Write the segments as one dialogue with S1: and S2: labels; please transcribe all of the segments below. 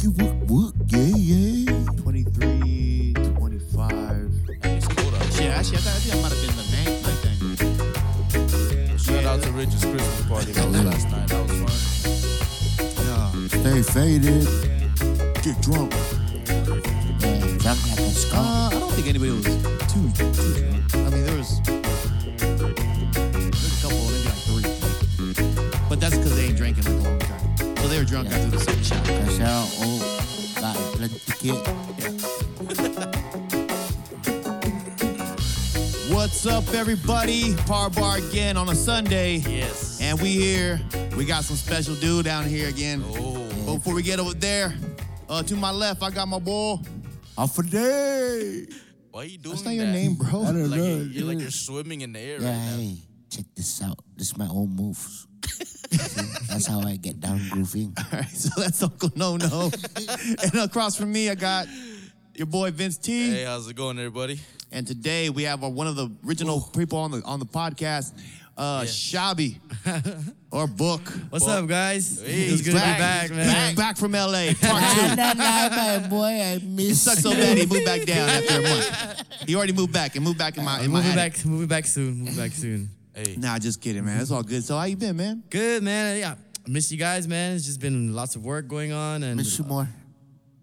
S1: You work, work, yeah, yeah.
S2: 23, 25.
S3: It's cold out.
S4: Shit, actually, I, thought, I think I might have been the man. I think.
S3: Shout out to Richard's Christmas party that was last night. That was fun.
S2: Yeah.
S1: Stay faded. Get drunk. Yeah, drunk like a skunk.
S4: Uh, I don't think anybody was too. too drunk. I mean, there was. There's a couple, maybe like three. But that's because they ain't drank in like a long time. So they were drunk
S1: Yeah.
S4: after the second shot.
S1: That's how old. oh, Got plenty to get.
S4: What's up, everybody? Par Bar again on a Sunday.
S3: Yes.
S4: And we here. We got some special dude down here again.
S3: Oh.
S4: But before we get over there, uh, to my left, I got my boy.
S1: Off a day.
S3: Why are you doing
S4: That's
S3: that?
S4: not your name, bro.
S1: I don't
S3: Like
S1: know.
S3: you're, you're like you're swimming in the air
S1: Yeah,
S3: right now.
S1: hey, check this out. This is my own moves. See, that's how I get down grooving.
S4: All right, so that's Uncle No No. and across from me, I got your boy Vince T.
S3: Hey, how's it going, everybody?
S4: And today we have uh, one of the original people on the on the podcast, uh, Shabby, or Book.
S5: What's
S3: Well,
S5: up, guys?
S3: hey,
S5: it's good to be back,
S3: back,
S5: man.
S4: He's back from LA. Part two.
S1: I don't know, my boy. I miss
S4: Sucks so bad he moved back down after a month. He already moved back and moved back in my in my
S5: Moving
S4: attic.
S5: back, moving back soon. Moving back soon.
S3: Hey,
S4: Nah, just kidding, man. It's all good. So how you been, man?
S5: Good, man. Yeah, I miss you guys, man. It's just been lots of work going on, and
S1: Miss you more.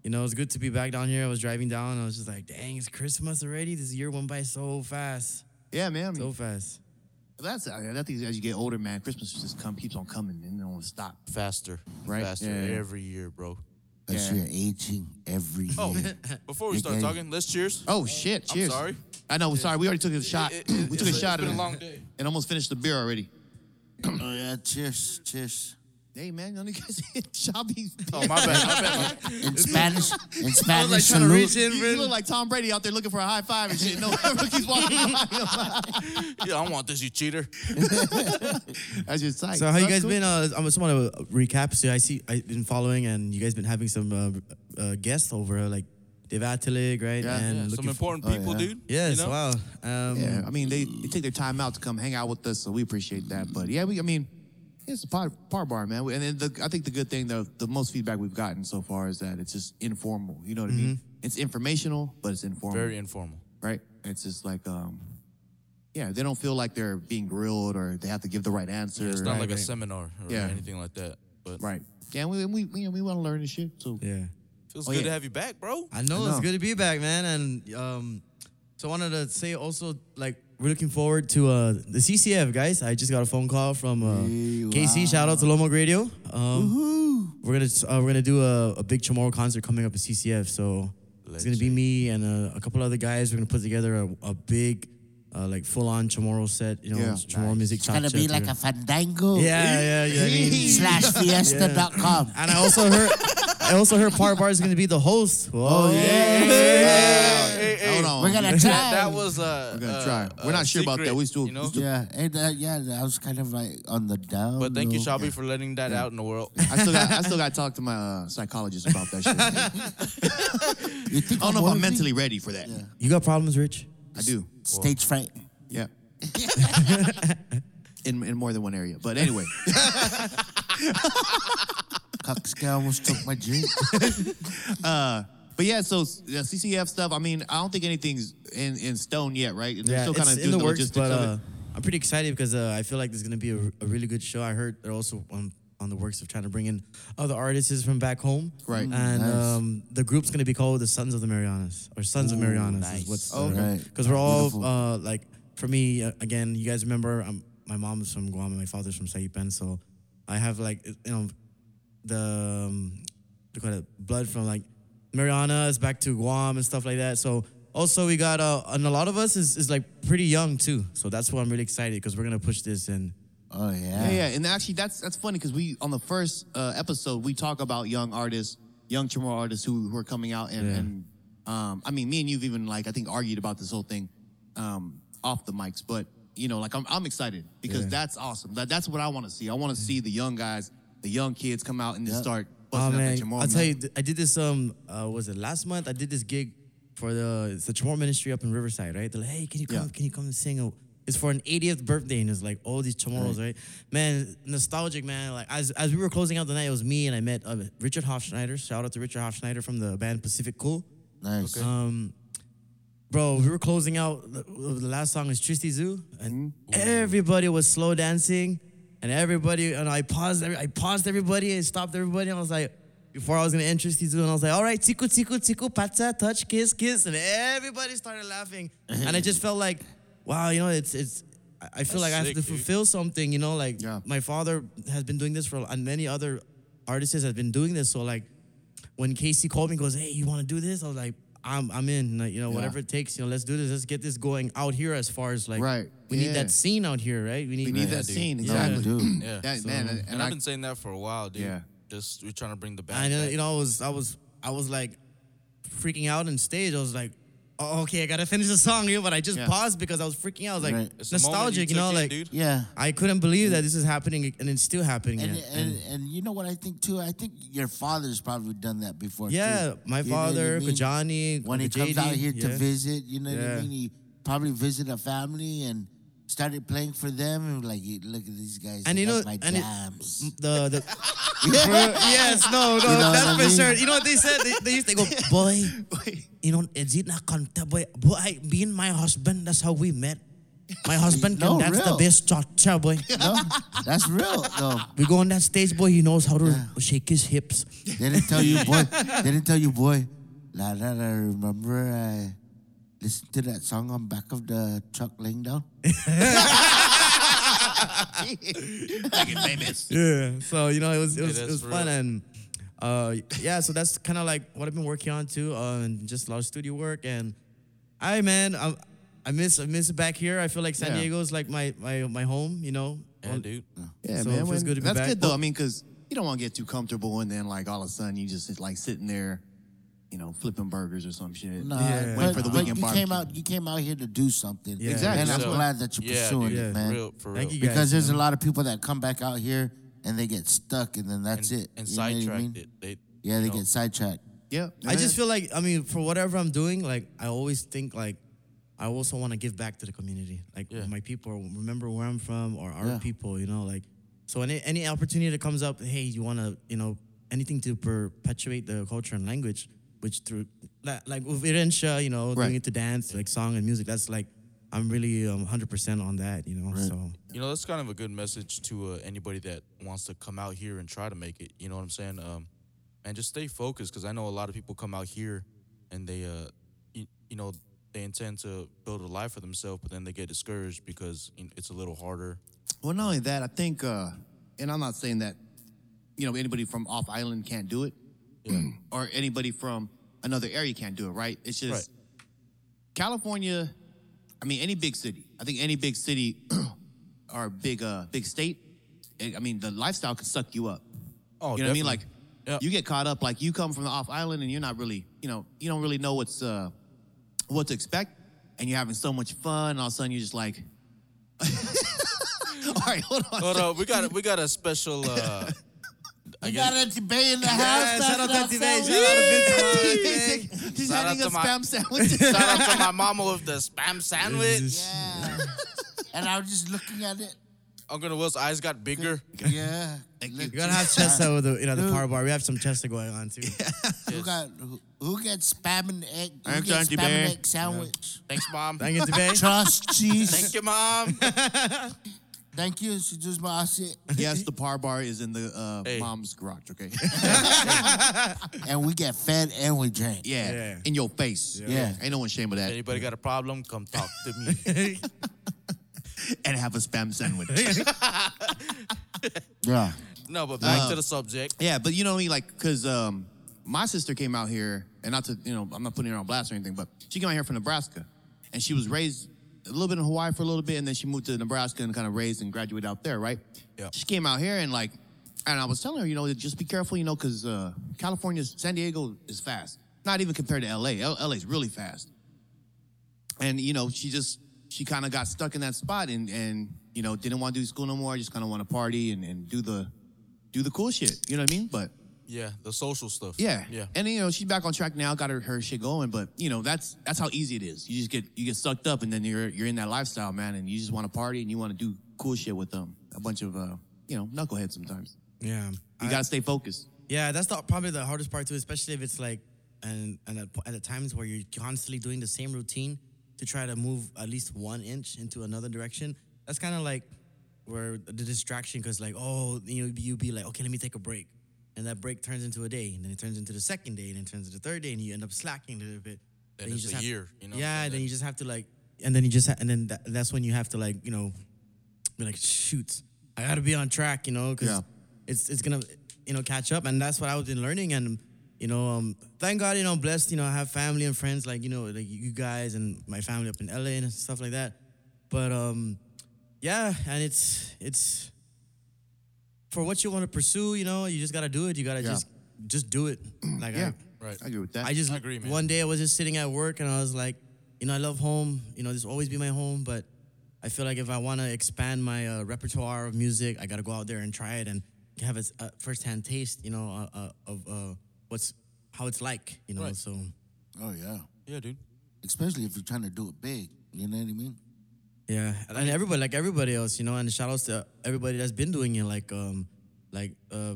S5: you know it's good to be back down here. I was driving down, and I was just like, dang, it's Christmas already. This year went by so fast,
S4: Yeah, man.
S5: so fast.
S4: that's I I think as you get older, man, Christmas just come keeps on coming and it don't stop.
S3: faster,
S4: Right?
S3: Faster
S4: Yeah.
S3: every year, bro.
S1: As
S4: Yeah.
S1: you're aging every
S3: Oh,
S1: year.
S3: before we start
S1: Okay.
S3: talking, let's cheers.
S4: Oh shit! Cheers.
S3: sorry.
S4: I know. Sorry, we already took a shot.
S3: It- it-
S4: we took a
S3: it's-
S4: shot at
S3: It's been
S4: it
S3: a long day.
S4: and almost finished the beer already.
S1: Oh, yeah, cheers, cheers.
S4: Hey, man, none of you guys hit Shabby's.
S3: Oh my bad. My bad.
S1: In Spanish, in
S5: I was
S1: Spanish,
S5: like trying to reach
S1: salute.
S4: You,
S5: in,
S4: you look
S5: man.
S4: like Tom Brady out there looking for a high five and shit. No, he's walking by.
S3: Yeah, I want this, you cheater.
S4: That's your sight.
S5: So how you
S4: That's
S5: guys
S4: cool.
S5: been? Uh, I just want to recap. So I see I've been following, and you guys been having some uh, uh, guests over, like Dave Attelig, right?
S4: Yeah.
S5: and
S3: Yeah,
S5: looking
S3: some
S5: for-
S3: important
S1: oh,
S3: people,
S1: yeah.
S3: dude.
S5: Yes,
S3: you know?
S5: wow. Um,
S4: Yeah, I mean they, they take their time out to come hang out with us, so we appreciate that. But yeah, we I mean it's a par, par bar, man. And then the, I think the good thing, the the most feedback we've gotten so far is that it's just informal. You know what
S5: Mm-hmm.
S4: I mean? It's informational, but it's informal,
S3: Very informal.
S4: right? It's just like um, yeah, they don't feel like they're being grilled or they have to give the right answer.
S3: It's not
S4: right,
S3: like a
S4: right.
S3: seminar or
S4: Yeah.
S3: anything like that. But
S4: right. Yeah, we we we, we want to learn this shit. So
S5: yeah.
S3: feels
S4: Oh,
S3: good
S4: yeah.
S3: to have you back, bro.
S5: I know,
S4: know.
S5: it's good to be back, man. And um, so I wanted to say also, like, we're looking forward to uh, the CCF, guys. I just got a phone call from uh, KC. Shout out to Lomog Radio. Um, we're gonna uh, we're gonna do a, a big Chamorro concert coming up at CCF. So it's gonna be me and uh, a couple other guys. We're gonna put together a, a big, uh, like, full on Chamorro set. You know,
S4: Yeah.
S5: Chamorro music.
S1: It's gonna be like a fandango.
S5: yeah, yeah, yeah. I mean-
S1: Slash fiesta.com.
S5: and I also heard. I also heard Par Bar is gonna be the host. Oh,
S3: Hey, hey,
S4: hold on,
S1: We're gonna try.
S3: That, that was uh,
S4: We're gonna
S3: uh,
S4: try. We're not
S3: a
S4: sure about that.
S3: secret,
S4: We still-
S3: you know?
S4: we still-
S1: Yeah, and uh, yeah, I was kind of like on the down.
S3: But thank you,
S1: low.
S3: Shabby, for letting that out in the world.
S4: I still got I still got to talk to my uh, psychologist about that shit. I
S1: You think
S4: don't know if
S1: wanna
S4: I'm
S1: be-
S4: mentally ready for that.
S5: You got problems, Rich?
S4: I do.
S1: Stage fright.
S4: Yeah. in in more than one area. But anyway,
S1: Cockscare almost took my drink.
S4: but yeah, so the CCF stuff, I mean, I don't think anything's in, in stone yet, right? They're
S5: Yeah,
S4: still kind
S5: it's
S4: of
S5: in
S4: doing
S5: the
S4: the,
S5: works,
S4: logistics
S5: but
S4: of it.
S5: uh, I'm pretty excited because uh, I feel like there's gonna be a, a really good show. I heard they're also on, on the works of trying to bring in other artists from back home.
S4: Right.
S5: And
S1: nice.
S5: um, the group's gonna be called the Sons of the Marianas or Sons of Marianas
S3: nice.
S5: is what's
S1: Oh, right.
S5: because we're all
S1: Beautiful.
S5: uh, like for me uh, again. You guys remember um my mom's from Guam and my father's from Saipan, so I have like you know the um, what do you call it blood from like Marianas back to Guam and stuff like that. So also we got uh, and a lot of us is, is like pretty young too. So that's why I'm really excited because we're gonna push this and
S1: Oh yeah.
S4: Yeah,
S5: Uh-huh.
S4: yeah, and actually, that's that's funny because we on the first uh, episode we talk about young artists, young Chamorro artists who, who are coming out, and, and um, I mean, me and you've even like I think argued about this whole thing um, off the mics, but you know, like I'm I'm excited because that's awesome. That that's what I want to see. I want to see the young guys, the young kids come out and just start
S5: Oh,
S4: busting up
S5: man,
S4: the Chamorro.
S5: I'll tell you, th- I did this um uh, was it last month? I did this gig for the it's the Chamorro Ministry up in Riverside, right? They're like, hey, can you come?
S4: Yeah.
S5: Can you come and sing a It's for an 80th birthday, and it's like all these chamorros, right? Man, nostalgic, man. Like as, as we were closing out the night, it was me and I met uh, Richard Hofschneider. Shout out to Richard Hofschneider from the band Pacific Cool.
S1: Nice.
S5: Um, bro, we were closing out. The the last song is Tristy Zoo, and
S3: Mm-hmm.
S5: everybody was slow dancing, and everybody and I paused. every- I paused everybody and stopped everybody. And I was like, before I was gonna end Tristy Zoo, and I was like, all right, tiku tiku tiku patsa, touch, kiss, kiss, and everybody started laughing, and I just felt like, wow, you know, it's it's. I- I feel
S3: That's
S5: like I have
S3: sick,
S5: to
S3: dude.
S5: fulfill something, you know, like
S4: Yeah.
S5: my father has been doing this for, and many other artists have been doing this. So like, when Casey called me and goes, Hey, you want to do this? I was like, I'm, I'm in. Like, you know, whatever it takes, you know, let's do this. Let's get this going out here as far as like,
S4: Right.
S5: we need
S4: Yeah.
S5: that scene out here, right? We need,
S4: We need that
S3: dude.
S4: scene
S5: Yeah.
S4: exactly.
S1: Dude.
S3: Yeah.
S4: That man, and,
S3: and
S4: I,
S3: I've been saying that for a while, dude.
S4: Yeah.
S3: Just we're trying to bring the
S5: I
S3: band.
S5: know,
S3: back.
S5: you know, I was, I was, I was like freaking out on stage. I was like, oh, okay, I got to finish the song, you know, but I just
S4: Yeah.
S5: paused because I was freaking out. I was like,
S1: Right.
S3: It's the moment
S5: nostalgic, you, know,
S3: took in,
S5: like,
S3: dude.
S1: Yeah.
S5: I couldn't believe that this is happening and it's still happening.
S1: And,
S5: yeah.
S1: and, and you know what I think too? I think your father's probably done that before.
S5: yeah,
S1: too.
S5: my
S1: You know what I
S5: father,
S1: mean?
S5: Kajani,
S1: when he comes
S5: JD,
S1: out here to
S5: yeah.
S1: visit, you know what
S5: Yeah.
S1: I mean? He probably visited a family and started playing for them and like, "You- look at these guys.
S5: And
S1: they
S5: you know-
S1: like my
S5: and it-
S1: jams.
S5: the the yes no
S1: what
S5: no that's
S1: I
S5: for
S1: mean?
S5: sure you know what they said they, they used to go boy you know is it not conta boy boy me and my husband that's how we met my husband can
S1: No,
S5: dance the
S1: real.
S5: best cha cha boy
S1: no, that's real. No,
S5: we go on that stage boy he knows how to shake his hips
S1: they didn't tell you, boy. They didn't tell you, boy. La la la. Remember, I listened to that song on back of the truck laying down.
S5: yeah so you know it was it was, it
S3: that's
S5: was
S3: real.
S5: fun and uh yeah so that's kind of like what I've been working on too uh, and just a lot of studio work and I man I I miss I miss it back here I feel like San
S4: Yeah.
S5: Diego's like my my my home you know
S3: Yeah, dude.
S4: yeah,
S5: So it
S4: man,
S5: feels
S4: when-
S5: good to be
S4: that's
S5: back.
S4: good though. I mean, because you don't want to get too comfortable, and then like all of a sudden you just like sitting there, you know, flipping burgers or some shit.
S1: No,
S5: Yeah.
S1: but,
S4: Wait for the
S1: but
S4: weekend
S1: you came
S4: barbecue.
S1: out. You came out here to do something.
S5: Yeah. Exactly.
S1: And I'm
S3: So-
S1: glad that you're
S3: yeah,
S1: pursuing
S3: dude,
S5: Yeah.
S1: it, man.
S3: For real, for real.
S5: Thank you guys.
S1: because there's
S5: man.
S1: a lot of people that come back out here and they get stuck, and then that's
S3: and,
S1: it.
S3: And
S1: You know what I
S3: sidetracked
S1: mean?
S3: it. They,
S1: Yeah,
S3: you
S1: they
S3: know,
S1: get sidetracked.
S4: Yeah,
S5: I just feel like I mean, for whatever I'm doing, like I always think like I also want to give back to the community, like
S3: Yeah.
S5: my people, or remember where I'm from, or our
S1: Yeah.
S5: people, you know, like so any any opportunity that comes up, hey, you want to, you know, anything to perpetuate the culture and language, which through li- like with Irensha, you know,
S4: Right.
S5: doing it to dance, like song and music, that's like I'm really um, 100% on that, you know, so.
S3: You know, that's kind of a good message to uh, anybody that wants to come out here and try to make it. You know what I'm saying? Um, and just stay focused because I know a lot of people come out here and they, uh, you, you know, they intend to build a life for themselves, but then they get discouraged because you know, it's a little harder.
S4: Well, not only that, I think, uh, and I'm not saying that, you know, anybody from off island can't do it, or anybody from another area can't do it. Right? It's just
S3: Right.
S4: California. I mean, any big city. I think any big city or big, uh, big state. I I mean, the lifestyle can suck you up.
S3: Oh,
S4: you know what I mean? Like,
S3: definitely. Yeah.
S4: you get caught up. Like, you come from the off island, and you're not really, you know, you don't really know what's uh, what to expect, and you're having so much fun, and all of a sudden you're just like, all right, hold on.
S3: Hold up, we got we got a special. Uh, I
S1: You
S3: guess-
S1: got Auntie Bay in the
S5: Yeah,
S1: house.
S5: shout out to Auntie Bay, shout out to Vince Vaughn, Auntie Bay.
S4: She's
S3: Shout
S4: handing us
S3: out to my-
S4: spam sandwiches.
S3: Shout out to my mama with the spam sandwich.
S1: Yeah. and I was just looking at it.
S3: Uncle Will's eyes got bigger.
S1: Yeah. Look,
S5: You gotta have Chesta with the, you know, the power bar. We have some Chesta going on too.
S1: Who got who, who gets spam and egg? Who
S4: Thanks,
S1: gets
S4: Auntie
S1: spam and
S4: Bay.
S1: egg sandwich?
S3: Thanks, mom.
S5: Thank you, Tibet.
S1: Trust
S3: Thank
S1: cheese.
S3: you, mom.
S1: Thank you. She just my shit.
S4: yes, the par bar is in the uh,
S3: Hey.
S4: mom's garage. Okay.
S1: And we get fed and we drink.
S4: yeah.
S5: Yeah.
S4: In your face.
S1: Yeah.
S4: Ain't no one ashamed of that.
S3: Anybody got a problem? Come talk to me.
S4: And have a spam sandwich.
S1: Yeah.
S3: No, but back
S5: Uh,
S3: to the subject.
S4: yeah, but you know what I mean? Like, cause um, my sister came out here, and not to you know, I'm not putting her on blast or anything, but she came out here from Nebraska, and she was raised a little bit in Hawaii for a little bit, and then she moved to Nebraska and kind of raised and graduated out there, right?
S3: Yeah.
S4: She came out here and like, and I was telling her, you know, just be careful, you know, cause uh, California, San Diego is fast. Not even compared to LA. L- LA's really fast. and you know she just she kind of got stuck in that spot and and you know didn't want to do school no more just kind of want to party and, and do the do the cool shit you know what i mean but
S3: Yeah, the social stuff.
S4: Yeah.
S3: Yeah.
S4: And you know, she's back on track now, got her, her shit going, but you know, that's that's how easy it is. You just get you get sucked up and then you're you're in that lifestyle, man, and you just want to party and you want to do cool shit with them. A bunch of uh, you know, knuckleheads sometimes.
S5: Yeah.
S4: You
S5: I-
S4: got to stay focused.
S5: Yeah, that's the, probably the hardest part too, especially if it's like and and at, po- at the times where you're constantly doing the same routine to try to move at least one inch into another direction. That's kind of like where the distraction, because like oh you know, you be like okay let me take a break, and that break turns into a day, and then it turns into the second day, and then it turns into the third day, and you end up slacking a little bit.
S3: Then it's a
S5: have-
S3: year, you know what I'm
S5: Yeah,
S3: saying?
S5: then you just have to like, and then you just ha- and then tha- that's when you have to like you know be like, shoot, I gotta be on track, you know, because
S4: Yeah.
S5: it's it's gonna you know catch up, and that's what I've been learning, and you know, um, thank God, you know, blessed, you know, I have family and friends like you know, like you guys and my family up in LA and stuff like that, but um, yeah, and it's it's for what you want to pursue, you know, you just gotta do it, you gotta
S4: Yeah.
S5: just just do it, like
S4: Yeah.
S5: I,
S3: Right.
S4: I agree with that.
S5: I just
S3: I agree, man.
S5: One day I was just sitting at work and I was like, you know, I love home. You know, this will always be my home, but I feel like if I want to expand my uh, repertoire of music, I got to go out there and try it and have a, s- a firsthand taste, you know, uh, uh, of uh, what's how it's like, you know.
S3: Right.
S5: So
S1: Oh, yeah.
S3: Yeah, dude.
S1: Especially if you're trying to do it big. You know what I mean?
S5: yeah, and, and everybody like everybody else, you know, and shout outs to everybody that's been doing it, like um, like uh,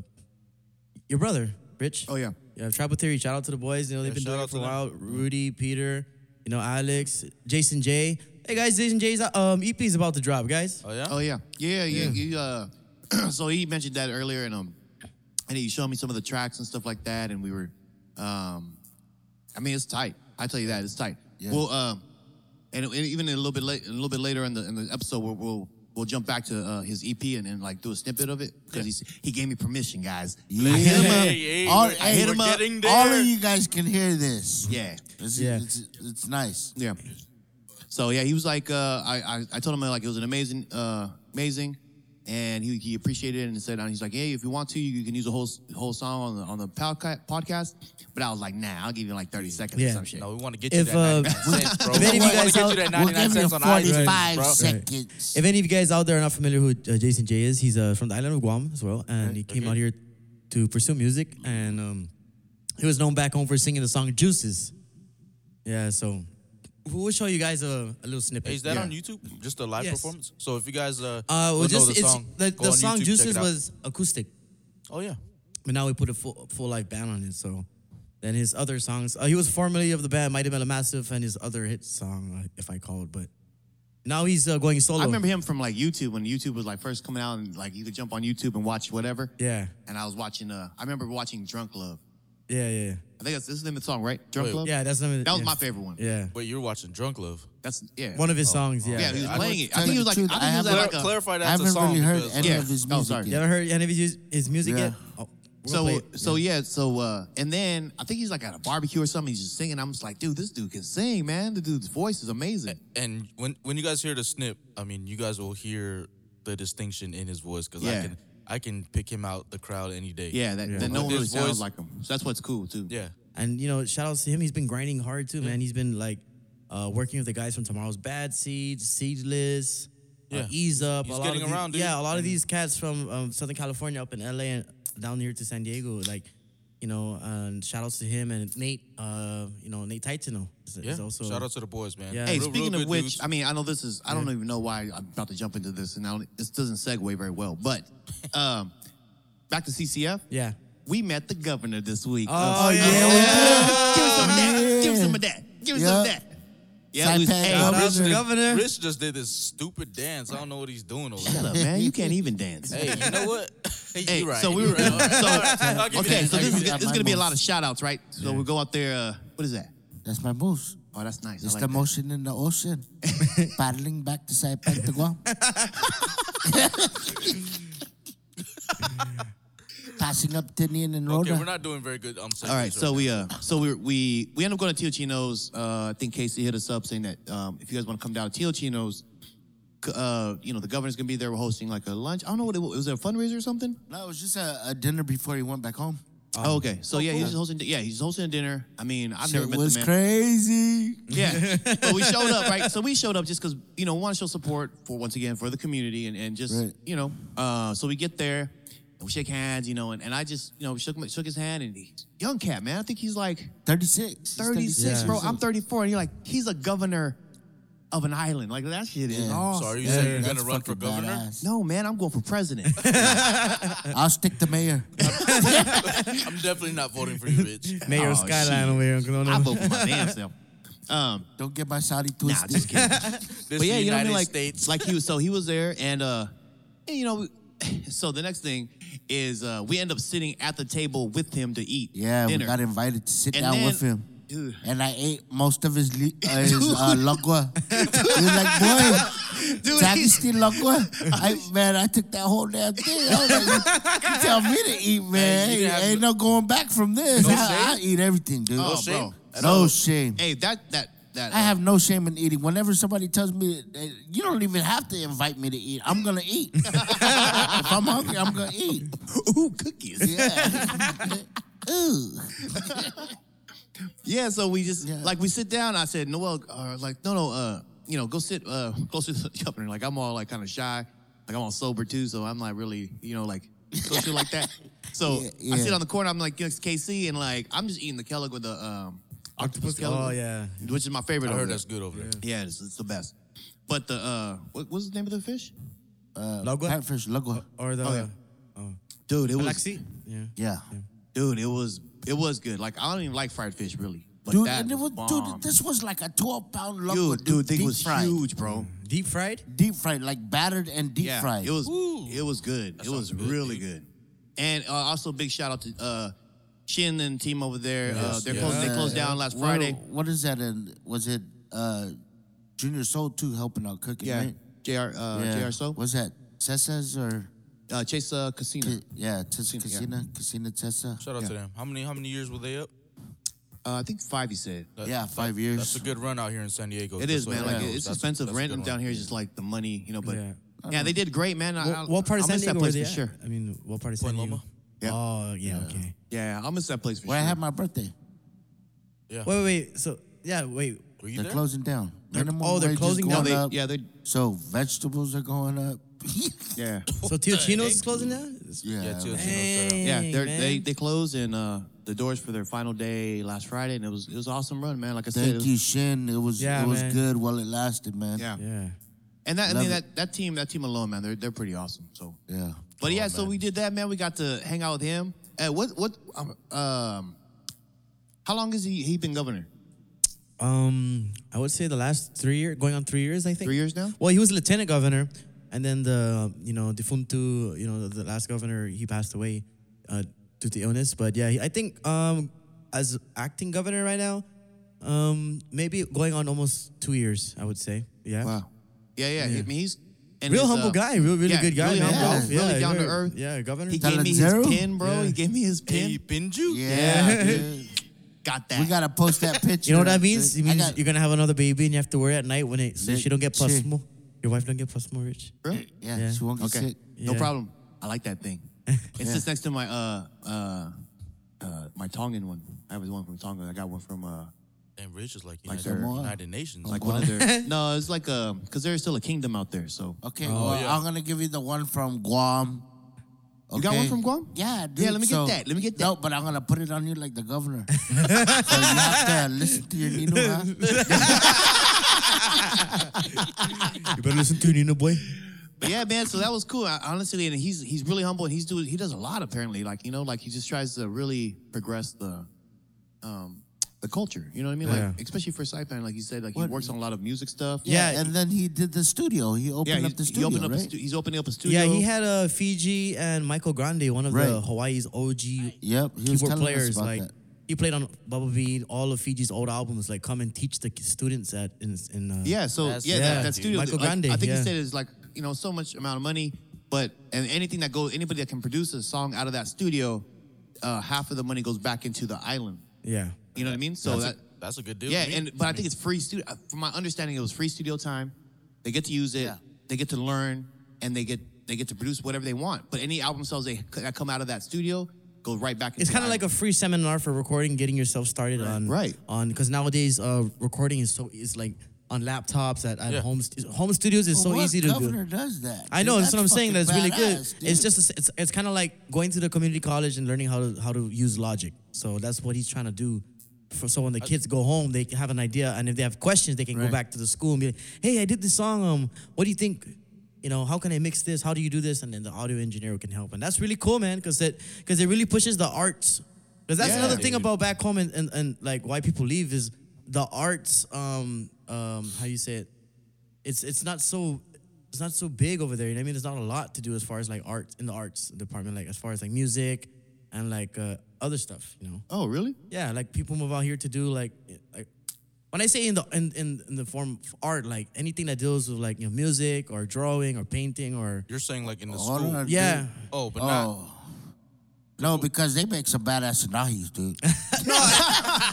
S5: your brother, Rich.
S4: oh yeah.
S5: Yeah, Tribal Theory, shout out to the boys. You know, they've
S3: Yeah,
S5: been
S3: shout
S5: doing
S3: out
S5: it for a
S3: to
S5: while. Rudy, Peter, you know, Alex, Jason J. Hey guys, Jason J's um, EP is about to drop, guys.
S3: Oh yeah.
S4: Oh yeah. Yeah, yeah. You, uh, so he mentioned that earlier, and um, and he showed me some of the tracks and stuff like that, and we were, um, I mean, it's tight. I tell you that it's tight.
S1: Yeah.
S4: Well, um, and, and even a little bit late, a little bit later in the in the episode, we'll we'll, we'll jump back to uh, his EP and, and like do a snippet of it because he he gave me permission, guys. I hit him up.
S3: Hey, hey,
S1: all,
S3: we're-
S1: hey,
S4: hit
S1: we're
S4: him up.
S3: getting
S1: all
S3: there.
S1: of you guys can hear this.
S4: Yeah.
S1: It's,
S5: Yeah.
S1: It's, it's nice.
S4: Yeah. So yeah, he was like, uh, I, I I told him like it was an amazing, uh, amazing, and he, he appreciated it and said, and he's like, hey, if you want to, you, you can use a whole s- whole song on the on the podca- podcast. But I was like, nah, I'll give you like thirty seconds
S5: Yeah.
S4: or some shit.
S3: No, we want to get you
S5: If,
S3: that
S5: uh,
S3: 99 cents, bro.
S5: if any
S3: we
S5: of you
S3: want
S5: guys
S3: to get
S5: out-
S3: you that
S1: We'll
S3: 99
S1: give you
S3: cents on iTunes,
S1: 45
S3: bro.
S1: seconds.
S5: If any of you guys out there are not familiar who uh, Jason J is, he's uh, from the island of Guam as well, and he came
S3: okay.
S5: out here to pursue music, and um, he was known back home for singing the song "Juices." Yeah, so we'll show you guys a, a little snippet.
S3: Hey, is that
S5: Yeah.
S3: on YouTube? Just a live
S5: Yes.
S3: performance. So if you guys uh,
S5: Uh, well,
S3: don't
S5: just
S3: know the
S5: it's,
S3: song,
S5: the,
S3: go
S5: the
S3: on
S5: song
S3: YouTube, check it
S5: "Juices"
S3: out.
S5: was acoustic.
S3: Oh yeah.
S5: But now we put a full, full live band on it. So then his other songs, uh, he was formerly of the band Mighty Mela Massive and his other hit song, uh, if I call it. But now he's uh, going solo.
S4: I remember him from like YouTube when YouTube was like first coming out and like you could jump on YouTube and watch whatever.
S5: Yeah,
S4: And I was watching. Uh, I remember watching Drunk Love.
S5: yeah, yeah, yeah.
S4: I think that's, this is the name of the song, right? Drunk
S3: Wait,
S4: Love.
S5: yeah that's another,
S4: That was
S5: yeah.
S4: my favorite one.
S5: Yeah,
S3: Wait, you're watching Drunk Love.
S4: That's yeah.
S5: one of
S3: Oh.
S5: his songs. Yeah.
S4: yeah, he was
S3: I-
S4: playing it. I
S1: Tell
S4: think he
S1: you
S4: was like.
S1: the truth,
S4: I think
S1: I
S4: he was
S1: haven't-
S4: at like
S3: Clar-
S4: a,
S3: clarify
S1: I
S3: that's a
S1: haven't
S3: song.
S1: really heard
S3: because-
S1: any
S4: Yeah.
S1: of his
S4: Oh,
S1: music
S4: sorry.
S5: You
S1: yet.
S5: ever heard any of his, his music
S1: Yeah.
S5: yet? Oh, we're gonna
S4: So
S5: play it.
S4: so yeah, so uh and then I think he's like at a barbecue or something, he's just singing. I'm just like, dude, this dude can sing, man. The dude's voice is amazing.
S3: and when when you guys hear the snip, I mean, you guys will hear the distinction in his voice because I
S4: Yeah.
S3: can I can pick him out the crowd any day.
S4: Yeah, that, that no
S3: Like
S4: one really
S3: his
S4: sounds
S3: voice-
S4: like him. So that's what's cool too.
S3: yeah.
S5: And you know, shout outs to him. He's been grinding hard too, man. He's been like uh, working with the guys from Tomorrow's Bad Seed, Seedless,
S3: Yeah.
S5: uh, Ease Up.
S3: He's
S5: a lot of
S3: getting
S5: these-
S3: around, dude. Mm-hmm.
S5: Yeah, a lot of
S3: And-
S5: these cats from um, Southern California up in LA and down here to San Diego, like you know, and shout outs to him and Nate. Uh, you know, Nate Titano is, is
S3: Yeah.
S5: also
S3: Shout out to the boys, man.
S5: Yeah.
S4: Hey,
S5: Real-
S4: speaking
S3: good
S4: of which,
S3: dudes.
S4: I mean, I know this is I don't even know why I'm about to jump into this and I don't this doesn't segue very well, but um back to CCF.
S5: yeah.
S4: We met the governor this week.
S5: Oh, yeah.
S4: Give us some of that. Give us some of that. Give us some of
S1: Yeah.
S4: that. Yeah, it was,
S1: Saipan
S4: hey,
S5: Shout
S1: Governor.
S5: out to the governor.
S3: Rich just did this stupid dance. I don't know what he's doing over
S4: shut
S3: there.
S4: up, man. You can't even dance.
S3: Hey, you know what? hey,
S4: Hey,
S3: you right.
S4: so we
S3: you
S4: were.
S3: right. I'll
S4: So,
S3: give you
S4: okay,
S3: that.
S4: so this is,
S1: I got
S4: this is
S1: my
S4: gonna be a
S1: moves.
S4: lot of shout outs, right? So we'll go out there. Uh, what is that?
S1: That's my moves.
S4: Oh, that's nice. I
S1: It's
S4: like
S1: the
S4: that.
S1: motion in the ocean. Paddling back to Saipan to Guam. Passing up Tinian and
S3: Okay,
S1: Rhoda.
S3: we're not doing very good. I'm sorry.
S4: All right, so we uh, so we we we end up going to Tio Chino's. Uh, I think Casey hit us up saying that um, if you guys want to come down to Tio Chino's, c- uh, you know the governor's gonna be there. We're hosting like a lunch. I don't know what it was. Was it a fundraiser or something?
S1: no, it was just a, a dinner before he went back home.
S4: oh, okay. So yeah, he's hosting. Yeah, he's hosting a dinner. I mean, I've never
S1: It
S4: met
S1: was
S4: the man.
S1: crazy.
S4: Yeah, but we showed up, right? So we showed up just because you know we want to show support for once again for the community and and just
S1: Right.
S4: you know. Uh, so we get there, and we shook hands, you know, and, and I just, you know, shook my- shook his hand and he, young cat, man. I think he's like
S1: 36. He's
S4: 36,
S5: Yeah.
S4: bro. I'm 34. And you're like, he's a governor of an island. Like that shit is
S1: Yeah.
S4: awesome.
S3: So are you
S1: Oh, Yeah,
S3: saying you're
S1: that's
S3: gonna run for
S1: fucking
S3: governor?
S1: badass.
S4: No, man, I'm going for president.
S1: I'll stick to mayor.
S3: I'm definitely not voting for you, bitch.
S5: Mayor
S4: Oh,
S5: Skyline
S4: shit.
S5: over here in Kelowna.
S4: I vote for my damn self. Um,
S1: Don't get my Saudi
S4: nah,
S1: twisted.
S4: just kidding.
S3: This
S4: but yeah, you know what I
S3: United
S4: mean? Like,
S3: States.
S4: like he was, so he was there, and uh, and, you know, so the next thing is uh, we end up sitting at the table with him to eat.
S1: yeah,
S4: dinner.
S1: we got invited to sit
S4: And
S1: down
S4: then-
S1: with him.
S4: Dude.
S1: And I ate most of his, li- uh, his uh, lagua. he was like, boy, Zagasti lagua. I, man, I took that whole damn thing. I was like, you, you tell me to eat, man.
S3: Hey, you didn't have
S1: Ain't no going back from this.
S3: No
S1: I, I
S3: shame?
S1: eat everything, dude.
S4: Oh,
S3: shame.
S4: bro.
S3: At
S1: No
S3: all.
S1: shame.
S4: Hey, that that that.
S1: I have no shame in eating. Whenever somebody tells me, eh, you don't even have to invite me to eat, I'm going to eat. if I'm hungry, I'm going to eat.
S4: uh, ooh cookies.
S1: Yeah. Ooh.
S4: Yeah, so we just
S1: Yeah.
S4: like we sit down. I said, Noel, uh, like no, no, uh, you know, go sit uh, closer to the governor. Like I'm all like kind of shy, like I'm all sober too, so I'm not really, you know, like social like that. So
S1: Yeah, yeah.
S4: I sit on the corner. I'm like it's KC, and like I'm just eating the Kellogg with the um, octopus Kellogg,
S5: Oh yeah.
S4: which is my favorite.
S3: I
S4: over
S3: heard
S4: there.
S3: that's good over there.
S4: Yeah, it's, it's the best. But the uh, what was the name of the fish?
S5: Lagua
S1: Catfish lagua.
S5: or the
S4: Oh, yeah. Dude, it was
S5: Galaxy? Yeah.
S1: Yeah.
S4: dude, it was it was good. Like I don't even like fried fish really, but
S1: Dude,
S4: that
S1: and it was,
S4: bomb.
S1: dude, this was like a 12 pound lagua.
S4: dude, dude, thing
S1: deep
S4: was
S1: fried.
S4: huge, bro.
S5: Deep fried?
S1: Deep fried, like battered and deep fried.
S4: It was
S3: Ooh.
S4: it was good. it was
S3: sounds good,
S4: really good.
S3: dude.
S4: And uh, also big shout out to uh, Shin and team over there. uh,
S3: Yes,
S4: they're
S3: yes.
S4: closing, they closed down last
S1: Where-
S4: Friday.
S1: What is that? And was it uh, Junior Soul too helping out cooking?
S4: Yeah,
S1: right?
S4: Jr. Uh, Jr. So
S1: Was that Cesas or
S4: uh, Chase uh, Casino.
S1: yeah Tessa
S4: Casino, yeah.
S1: Casina Casina Tessa?
S3: Shout out to them. How many how many years were they up?
S4: Uh, I think five. He said
S3: That-
S1: Yeah, five years.
S3: That's a good run out here in San Diego.
S4: it is, man. Like it's expensive.
S3: Random
S4: Random down here is just like the money, you know. But
S5: Yeah.
S4: yeah, they did great, man. I, I,
S5: What, what part of
S4: I'll
S5: San
S4: miss that
S5: Diego were
S4: place
S5: they
S4: for sure.
S5: at? I mean, what part of San
S3: Point
S5: Diego?
S3: Loma.
S4: Yeah.
S5: Oh, yeah, okay.
S4: Yeah, I'll miss that place for
S1: Where I
S4: sure.
S1: had my birthday.
S3: Yeah.
S5: Wait, wait, wait. So, yeah, wait.
S3: Were you
S1: They're
S3: there?
S1: closing down. Minimum
S5: oh, they're
S1: wage is
S5: closing
S1: going
S5: down.
S4: They-
S1: up,
S4: yeah, they
S1: So vegetables are going up.
S4: yeah.
S5: So, Tiochino's is closing down?
S1: yeah.
S3: Yeah, too.
S1: man.
S5: Dang,
S4: Yeah, they're,
S5: man.
S4: they they closed and uh, the doors for their final day last Friday, and it was it was an awesome run, man. Like I said, it
S1: Thank
S4: was-
S1: you, Shin. It was
S5: Yeah,
S1: it was
S5: man.
S1: good while it lasted, man.
S4: yeah.
S5: Yeah.
S4: And that I
S1: Love
S4: mean
S1: it.
S4: that, that team that team alone, man, they're they're pretty awesome. So,
S1: Yeah.
S4: but yeah, so
S3: man.
S4: we did that, man. We got to hang out with him. Uh, what what um, um, how long has he he been governor?
S5: Um, I would say the last three year, going on three years, I think.
S4: Three years now?
S5: Well, he was lieutenant governor, and then the you know defunto, you know the last governor, he passed away uh, due to illness. But yeah, he, I think um as acting governor right now, um maybe going on almost two years, I would say. Yeah.
S4: Yeah, yeah. I mean, he's and
S5: Real
S4: his,
S5: humble
S4: uh,
S5: guy, real really
S4: yeah,
S5: good guy,
S4: really
S5: man.
S4: humble,
S5: Yeah,
S4: really down to
S5: very-
S4: earth.
S5: Yeah, governor.
S4: He
S1: Talent
S4: gave me
S1: zero?
S4: his pin, bro.
S5: Yeah.
S4: He gave me his pin.
S3: Hey, Pinju.
S1: Yeah. dude.
S4: Got that.
S1: We gotta post that picture.
S5: you know what
S1: I
S5: that means? It
S1: think. I
S5: means
S1: got-
S5: you're gonna have another baby, and you have to worry at night when it so
S1: Lit-
S5: she don't get
S1: shit.
S5: pusmo. Your wife don't get pusmo, Rich.
S4: Really?
S1: Eh, yeah,
S5: Yeah.
S1: she won't get
S4: Okay.
S1: sick.
S5: Yeah.
S4: No problem. I like that thing. It sits next to my uh uh uh my Tongan one. I have one from Tonga. I got one from uh
S3: And Rich is like
S4: Like
S3: United,
S4: they're-
S3: United Nations.
S4: like one of their no, it's like um because there's still a kingdom out there. So
S1: Okay,
S5: Oh,
S1: well,
S3: yeah.
S1: I'm gonna give you the one from Guam. Okay?
S4: You got one from Guam?
S1: Yeah, dude.
S4: Yeah, let me get
S1: so-
S4: that. Let me get that.
S1: No, but I'm gonna put it on you like the governor. so you have to listen to your Nino, huh? Ah,
S5: You better listen to Nina boy.
S4: But yeah, man. So that was cool. I, honestly, and he's he's really humble and he's doing he does a lot apparently. Like you know, like he just tries to really progress the um the culture. You know what I mean? Like
S5: Yeah.
S4: especially for Saipan, like you said, like
S1: What-
S4: he works on a lot of music stuff.
S5: Yeah,
S1: and then he did the studio. He
S4: yeah.
S1: opened
S4: he-
S1: up the
S4: he
S1: studio,
S4: opened up a
S1: right?
S4: stu- he's opening up a studio.
S5: Yeah, he had uh, Fiji and Michael Grande, one of the
S1: Right.
S5: Hawaii's OG
S1: Yep, he was
S5: keyboard
S1: telling us
S5: players.
S1: about
S5: Like
S1: that.
S5: he played on Bubble Beat, all of Fiji's old albums. Like come and teach the k- students at in. in uh,
S4: Yeah, so
S3: That's-
S4: yeah,
S5: yeah,
S4: that, that
S5: dude.
S4: studio.
S5: Michael
S4: like,
S5: Grande,
S4: I think
S5: yeah.
S4: he said it's like you know so much amount of money, but and anything that goes, anybody that can produce a song out of that studio, uh, half of the money goes back into the island.
S5: yeah,
S4: You know what I mean? So
S3: that's,
S4: that
S3: a, that's a good deal.
S4: yeah,
S3: to me.
S4: and but I think it's free studio. uh, From my understanding, it was free studio time. They get to use it. They get to learn, and they get they get to produce whatever they want. But any album sales they that come out of that studio go right back. Into
S5: it's
S4: the
S5: kind of like a
S4: island.
S5: free seminar for recording, getting yourself started on
S4: Right.
S5: on because nowadays uh, recording is so is like on laptops at, at
S3: Yeah.
S5: home stu- home studios is so
S1: what
S5: easy to
S1: governor
S5: do.
S1: does that?
S5: I know that's, what I'm saying. That's
S1: fucking
S5: really good.
S1: badass, dude.
S5: It's just a s it's it's kind of like going to the community college and learning how to how to use logic. So that's what he's trying to do. For so when the kids go home, they have an idea, and if they have questions, they can go
S1: Right.
S5: back to the school and be like, "Hey, I did this song. Um, what do you think? You know, how can I mix this? How do you do this?" And then the audio engineer can help, and that's really cool, man, because it because it really pushes the arts. Because that's
S3: Yeah,
S5: another
S3: dude.
S5: thing about back home and, and, and like why people leave is the arts. Um, um, how you say it? it's it's not so it's not so big over there. You know what I mean? There's not a lot to do as far as like art in the arts department, like as far as like music and like uh, other stuff. You know?
S4: Oh, really?
S5: Yeah, like people move out here to do like like when I say in the in, in, in the form of art, like anything that deals with like you know music or drawing or painting or
S3: You're saying like in the
S1: Hold
S3: school.
S1: on, dude.
S5: yeah.
S3: Oh, but not.
S1: Oh. No, because they make some badass nahis, dude.
S5: That's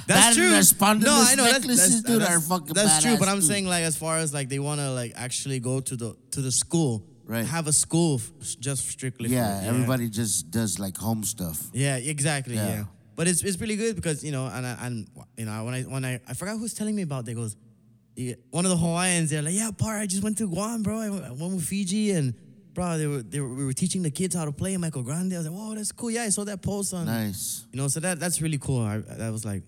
S1: That
S5: true.
S1: and the spondylus
S5: no, I know
S1: necklaces,
S5: that's, that's,
S1: dude,
S5: that's,
S1: are fucking
S5: that's true.
S1: badass,
S5: But I'm
S1: too.
S5: saying like as far as like they want to like actually go to the to the school,
S1: Right.
S5: Have a school f- just strictly.
S1: Yeah,
S5: for,
S1: everybody just does like home stuff.
S5: Yeah, exactly. Yeah.
S1: Yeah.
S5: But it's it's really good because you know, and I, and you know, when I when I I forgot who's telling me about. They goes, yeah, one of the Hawaiians. They're like, yeah, par. I just went to Guam, bro. I went, I went with Fiji and. Bro, they were, they were we were teaching the kids how to play Michael Grande. I was like, "Whoa, that's cool! Yeah, I saw that post on
S1: Nice.
S5: you know." So that that's really cool. I that was like,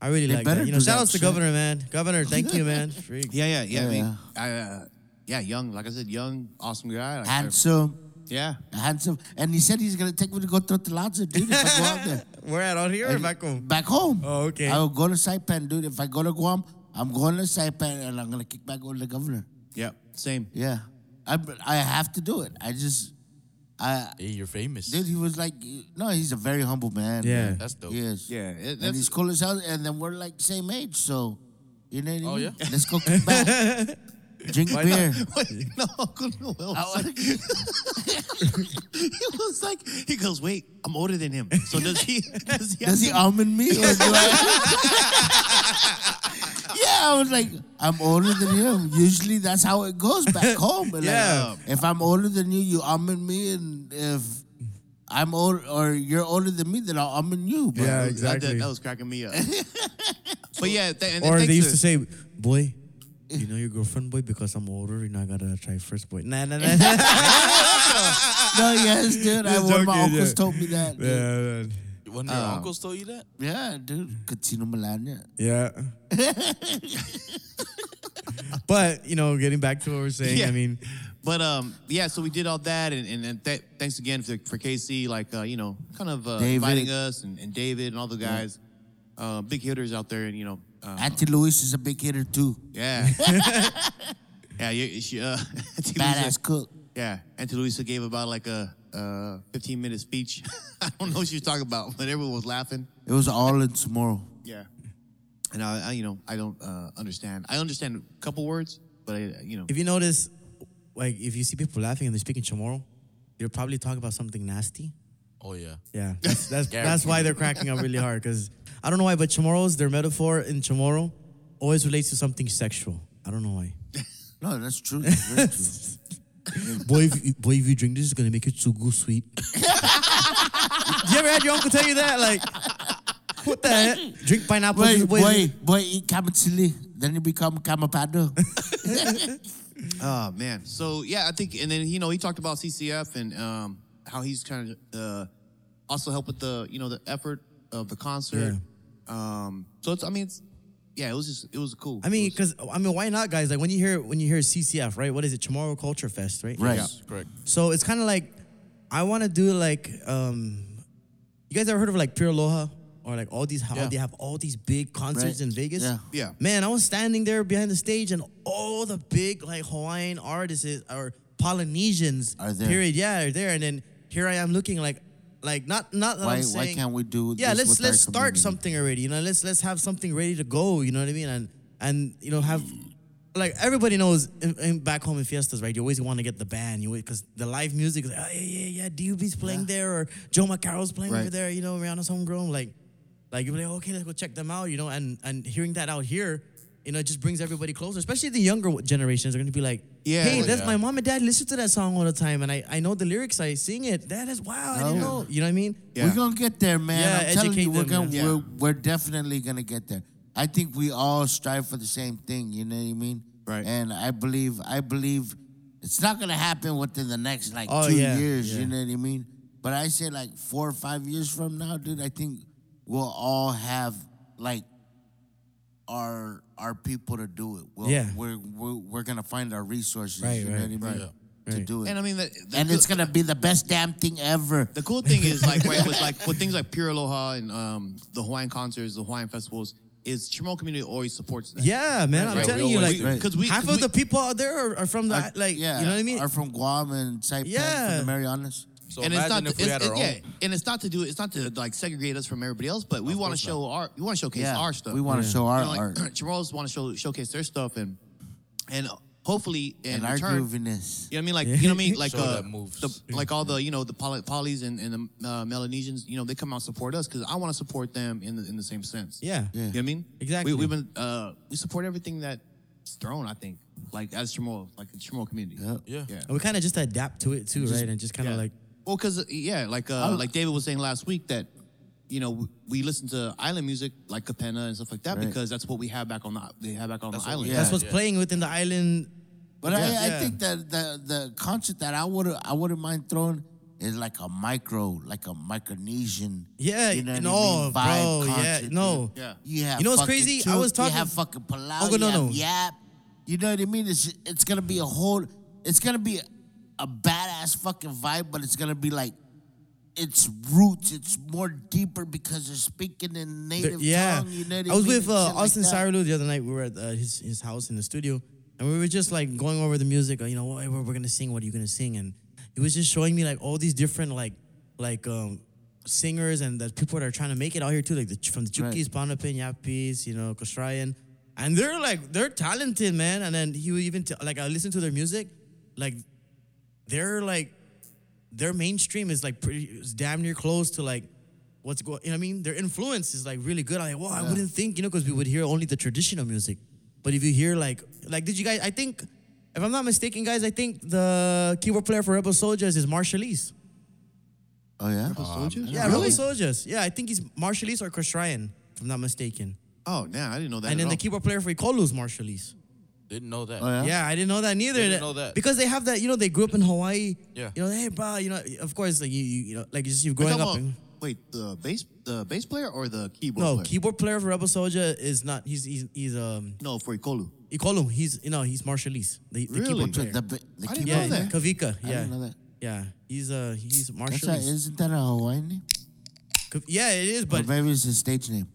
S5: I really
S1: They
S5: like that.
S1: better
S5: You know,
S1: do
S5: shout
S1: that
S5: outs to
S1: shit.
S5: Governor, man. Governor, thank you, man. Freak.
S4: Yeah, yeah, yeah. I
S1: Yeah.
S4: mean, I, uh, yeah, young. Like I said, young, awesome guy. Like, I-
S1: Handsome.
S4: yeah.
S1: Handsome. And he said he's going to take me to go to Tlaza, dude, if I go out there.
S5: We're at out here or back home.
S1: Back home.
S5: Oh, okay.
S1: I will go to Saipan, dude. If I go to Guam, I'm going to Saipan and I'm going to kick back with the governor.
S4: Yep. Same.
S1: Yeah. I, I have to do it. I just, I,
S3: Hey, you're famous.
S1: dude, he was like, no, he's a very humble man.
S5: Yeah.
S1: man.
S3: That's dope.
S1: He is.
S4: Yeah. it-
S1: and
S4: that's,
S1: he's cool as hell. And then we're like same age, so you know. What I mean?
S3: Oh, yeah?
S1: Let's go kick back. Drink beer.
S4: no, Uncle Noel.
S1: I wanna-
S4: he was like, he goes, wait, I'm older than him. So does he? Does he?
S1: Does he almond me or do I? yeah, I was like, I'm older than him. Usually that's how it goes back home. Like,
S5: Yeah.
S1: If I'm older than you, you almond me, and if I'm old or you're older than me, then I'll almond you. But
S5: Yeah,
S4: That-
S5: exactly.
S4: That, that was cracking me up. but yeah, th- and
S5: Or
S4: thanks
S5: they used to say, boy, you know your girlfriend, boy, because I'm older, you know, I gotta try first, boy. Nah, nah, nah.
S1: No, yes, dude. I,
S5: Just
S1: one of my
S5: joking, yeah.
S1: uncles told me that. dude. Yeah,
S5: yeah,
S3: One of your
S4: Oh.
S3: uncles told you that?
S1: dude. Casino Melania.
S5: yeah. but, you know, getting back to what we're saying,
S4: Yeah.
S5: I mean,
S4: But um, yeah, so we did all that, and and, and th- thanks again for, for KC, like uh, you know, kind of uh,
S1: David.
S4: inviting us and, and David and all the guys, uh, big hitters out there, and you know,
S5: Oh.
S4: uh,
S1: Auntie Luis is a big hitter too.
S4: yeah, yeah, you, she, uh, Auntie Luisa,
S1: Badass cook.
S4: yeah, Auntie Luisa gave about like a uh, 15 minute speech. I don't know what she was talking about, but everyone was laughing.
S1: It was all in tomorrow.
S4: Yeah, and I, I you know, I don't uh, understand. I understand a couple words, but I, you know,
S5: if you notice, like, if you see people laughing and they're speaking chamorro, they're probably talking about something nasty.
S3: Oh yeah.
S5: Yeah, that's that's, that's why they're cracking up really hard because I don't know why, but chamorros, their metaphor in chamorro always relates to something sexual. I don't know why.
S1: No, that's true. That's very true.
S5: boy, if you, boy, if you drink this, it's gonna make you tsugu sweet. you ever had your uncle tell you that? Like, what the heck? Drink pineapple juice,
S1: Boy,
S5: boy.
S1: boy, boy, eat kamatsili. Then you become kamapado.
S4: Oh man. So yeah, I think, and then you know he talked about CCF and um, how he's trying to uh, also help with the you know the effort of the concert. Um, so it's I mean it's yeah it was just it was cool.
S5: I mean, cause I mean, why not, guys? Like when you hear when you hear CCF, right? What is it? Chamorro Culture Fest, right?
S1: Right.
S3: Yes, correct.
S5: So it's kind of like I want to do like um, you guys ever heard of like Pure Aloha or like all these how
S3: Yeah.
S5: they have all these big concerts
S1: Right.
S5: in Vegas?
S1: Yeah.
S4: Yeah.
S5: Man, I was standing there behind the stage and all the big like Hawaiian artists is- or Polynesians
S1: Are there.
S5: period yeah are there and then here I am looking like like not not that
S1: Why-
S5: I'm
S1: why
S5: saying-
S1: can't we do
S5: yeah
S1: this
S5: let's
S1: with our
S5: let's start
S1: community?
S5: something already you know let's let's have something ready to go you know what I mean and and you know have like everybody knows in, in back home in fiestas, right? You always want to get the band, you because the live music is like, oh, yeah, yeah, yeah. DUB's playing there, or Joe Macaro's playing over
S4: Right.
S5: there. You know, Rihanna's homegrown. Like, like you're like, okay, let's go check them out. You know, and and hearing that out here, you know, it just brings everybody closer. Especially the younger generations are going to be like,
S4: Yeah.
S5: hey,
S4: Oh,
S5: that's
S3: yeah.
S5: my mom and dad listen to that song all the time, and I I know the lyrics, I sing it. That is wow, I didn't know. You know what I mean?
S4: Yeah.
S1: We're gonna get there, man.
S5: Yeah,
S1: I'm telling
S5: educate
S1: you, we're gonna
S5: them, man.
S1: we're, we're definitely gonna get there. I think we all strive for the same thing. You know what I mean?
S4: Right.
S1: And I believe I believe it's not gonna happen within the next like
S5: Oh,
S1: two
S5: yeah,
S1: years.
S5: yeah.
S1: You know what I mean? But I say like four or five years from now, dude. I think we'll all have like our our people to do it. We'll,
S5: Yeah.
S1: We're, we're we're gonna find our resources.
S5: Right,
S1: you know
S5: right,
S1: what I mean?
S5: right,
S1: To
S5: right.
S1: do it.
S4: And I mean, the, the
S1: and
S4: good-
S1: it's gonna be the best damn thing ever.
S4: The cool thing is like right, with like with things like Pure Aloha and um, the Hawaiian concerts, the Hawaiian festivals, is Chamorro community always supports that.
S5: Yeah, man. I'm
S4: Right.
S5: telling
S4: We
S5: you,
S4: always
S5: like,
S4: do. 'Cause we-
S5: half
S4: 'cause
S5: of the
S4: we-
S5: people out there are, are from the
S1: Are-
S5: like, you know what I mean?
S1: Are from Guam and Saipan,
S5: Yeah.
S1: from the Marianas.
S3: So
S4: and it's
S3: imagine
S4: not
S3: if we
S4: it's-
S3: had
S4: it-
S3: our
S4: yeah,
S3: own.
S4: and it's not to do it's not to like segregate us from everybody else, but we
S3: Of
S4: want to
S3: course
S4: show our we want to showcase
S1: yeah,
S4: our stuff.
S1: we want to show our
S4: You know, like,
S1: art
S4: Chamorros want to show showcase their stuff and and hopefully in
S1: and our
S4: return.
S1: grooviness.
S4: you know what I mean? Like you know what I mean? Like
S3: Show
S4: uh,
S3: that moves.
S4: the like all the you know the poly, polys and, and the uh, Melanesians, you know they come out and support us because I want to support them in the in the same sense.
S5: yeah.
S1: Yeah.
S4: You know what I mean?
S5: Exactly.
S4: We, we've been uh, we support everything that's thrown. I think, like as Chamorro, like the Chamorro community.
S1: Yeah.
S3: Yeah.
S4: Yeah.
S5: And we kind of just adapt to it too, right? And just kind of
S4: Yeah.
S5: like,
S4: Well, because yeah, like uh, like David was saying last week that you know we, we listen to island music like Capenna and stuff like that
S1: Right.
S4: because that's what we have back on the they have back on
S3: That's
S4: the
S3: what
S4: island.
S3: we
S1: have.
S5: that's what's
S3: Yeah.
S5: playing within the island.
S1: But I,
S5: Yeah.
S1: I think that the the concert that I would I wouldn't mind throwing is like a micro, like a Micronesian.
S5: Yeah,
S1: you know what I
S5: no,
S1: mean? Vibe
S5: bro, yeah,
S1: concert,
S5: no.
S1: dude.
S4: Yeah.
S1: You have
S5: You know what's
S1: fucking
S5: crazy? I
S1: tune,
S5: was talking-
S1: You have fucking palau.
S5: Oh,
S1: you
S5: no,
S1: have
S5: no.
S1: Yap. You know what I mean? It's it's gonna be a whole. It's gonna be a badass fucking vibe, but it's gonna be like. It's roots. It's more deeper because they're speaking in native
S5: yeah.
S1: tongue. You know what
S5: I was
S1: mean?
S5: with
S1: And
S5: uh,
S1: shit like
S5: Austin
S1: that.
S5: Cyrilou the other night. We were at uh, his, his house in the studio, and we were just like going over the music. uh, You know, what we're, we're gonna sing. What are you gonna sing? And he was just showing me like all these different like like um singers and the people that are trying to make it out here too, like the, Ch- from the
S1: Right.
S5: Chukis, Panapin, Yapis, you know, Kostrayan. And they're like they're talented, man. And then he would even t- like I listened to their music, like they're like their mainstream is like pretty is damn near close to like what's going you know what I mean their influence is like really good I'm like wow I wouldn't think you know because we would hear only the traditional music but if you hear like like did you guys I think if I'm not mistaken guys I think the keyboard player for Rebel Soldiers is Marshallese
S1: Oh yeah.
S5: yeah
S4: really?
S5: Rebel Soldiers yeah I think he's Marshallese or Kostrayan if I'm not mistaken
S4: Oh, yeah, I didn't know that.
S5: and
S4: at
S5: then the
S4: all.
S5: keyboard player for Ikolu is Marshallese
S3: Didn't know that.
S1: Oh, yeah?
S5: Yeah, I didn't know that neither.
S3: Didn't know that.
S5: because they have that. You know, they grew up in Hawaii.
S3: Yeah.
S5: You know, hey, bro. You know, of course, like you, you, you know, like you just you
S4: We're
S5: growing
S4: talking
S5: up.
S4: about-
S5: in-
S4: wait, the bass the bass player or the keyboard?
S5: no,
S4: player?
S5: keyboard player for Rebel Soldier is not. He's he's he's um.
S4: no for Ikolu.
S5: You call him. He's you know he's Marshallese. The, the
S4: Really?
S5: keyboard
S1: The,
S5: player.
S1: the, the, the
S4: I didn't
S1: keyboard.
S5: yeah,
S4: know that.
S5: Kavika.
S1: I
S5: Yeah.
S1: didn't know that.
S5: Yeah, he's uh he's
S1: That's not,
S5: Marshallese.
S1: isn't that a Hawaiian name?
S5: Kav- yeah, it is,
S1: Or
S5: but
S1: maybe it's his stage name.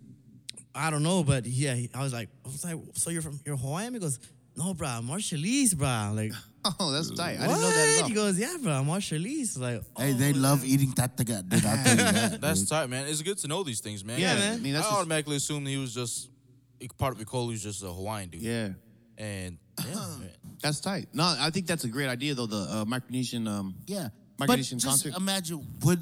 S5: I don't know. But yeah, he- I was like, I was like, so you're from you're Hawaiian? He goes, no, bro, I'm Marshallese, bro. I'm Like
S4: Oh, that's tight. I
S5: what?
S4: didn't know that at all.
S5: He goes, yeah, bro, I'm Marshallese. Like,
S1: hey,
S5: "Oh,
S1: they love eating tataga, dude. I'll tell you that.
S3: That's
S1: dude.
S3: tight, man. It's good to know these things, man.
S4: Yeah, man. I
S3: I,
S4: mean, that's just-
S3: automatically assumed he was just part of Nicole, who's just a Hawaiian dude.
S4: yeah,
S3: And yeah, man.
S4: that's tight. No, I think that's a great idea though. The uh, Micronesian. Um,
S1: Yeah. But
S4: Migration
S1: just
S4: concert.
S1: imagine, would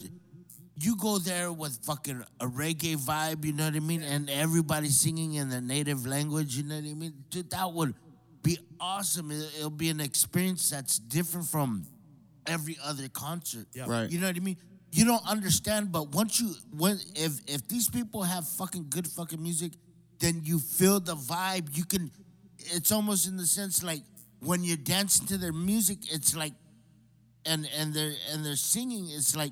S1: you go there with fucking a reggae vibe, you know what I mean? And everybody singing in their native language, you know what I mean? Dude, that would be awesome. It- It'll be an experience that's different from every other concert.
S5: Yeah.
S4: Right.
S1: You know what I mean? You don't understand, but once you when if if these people have fucking good fucking music, then you feel the vibe. You can it's almost in the sense like when you're dancing to their music, it's like and and they're and they're singing, it's like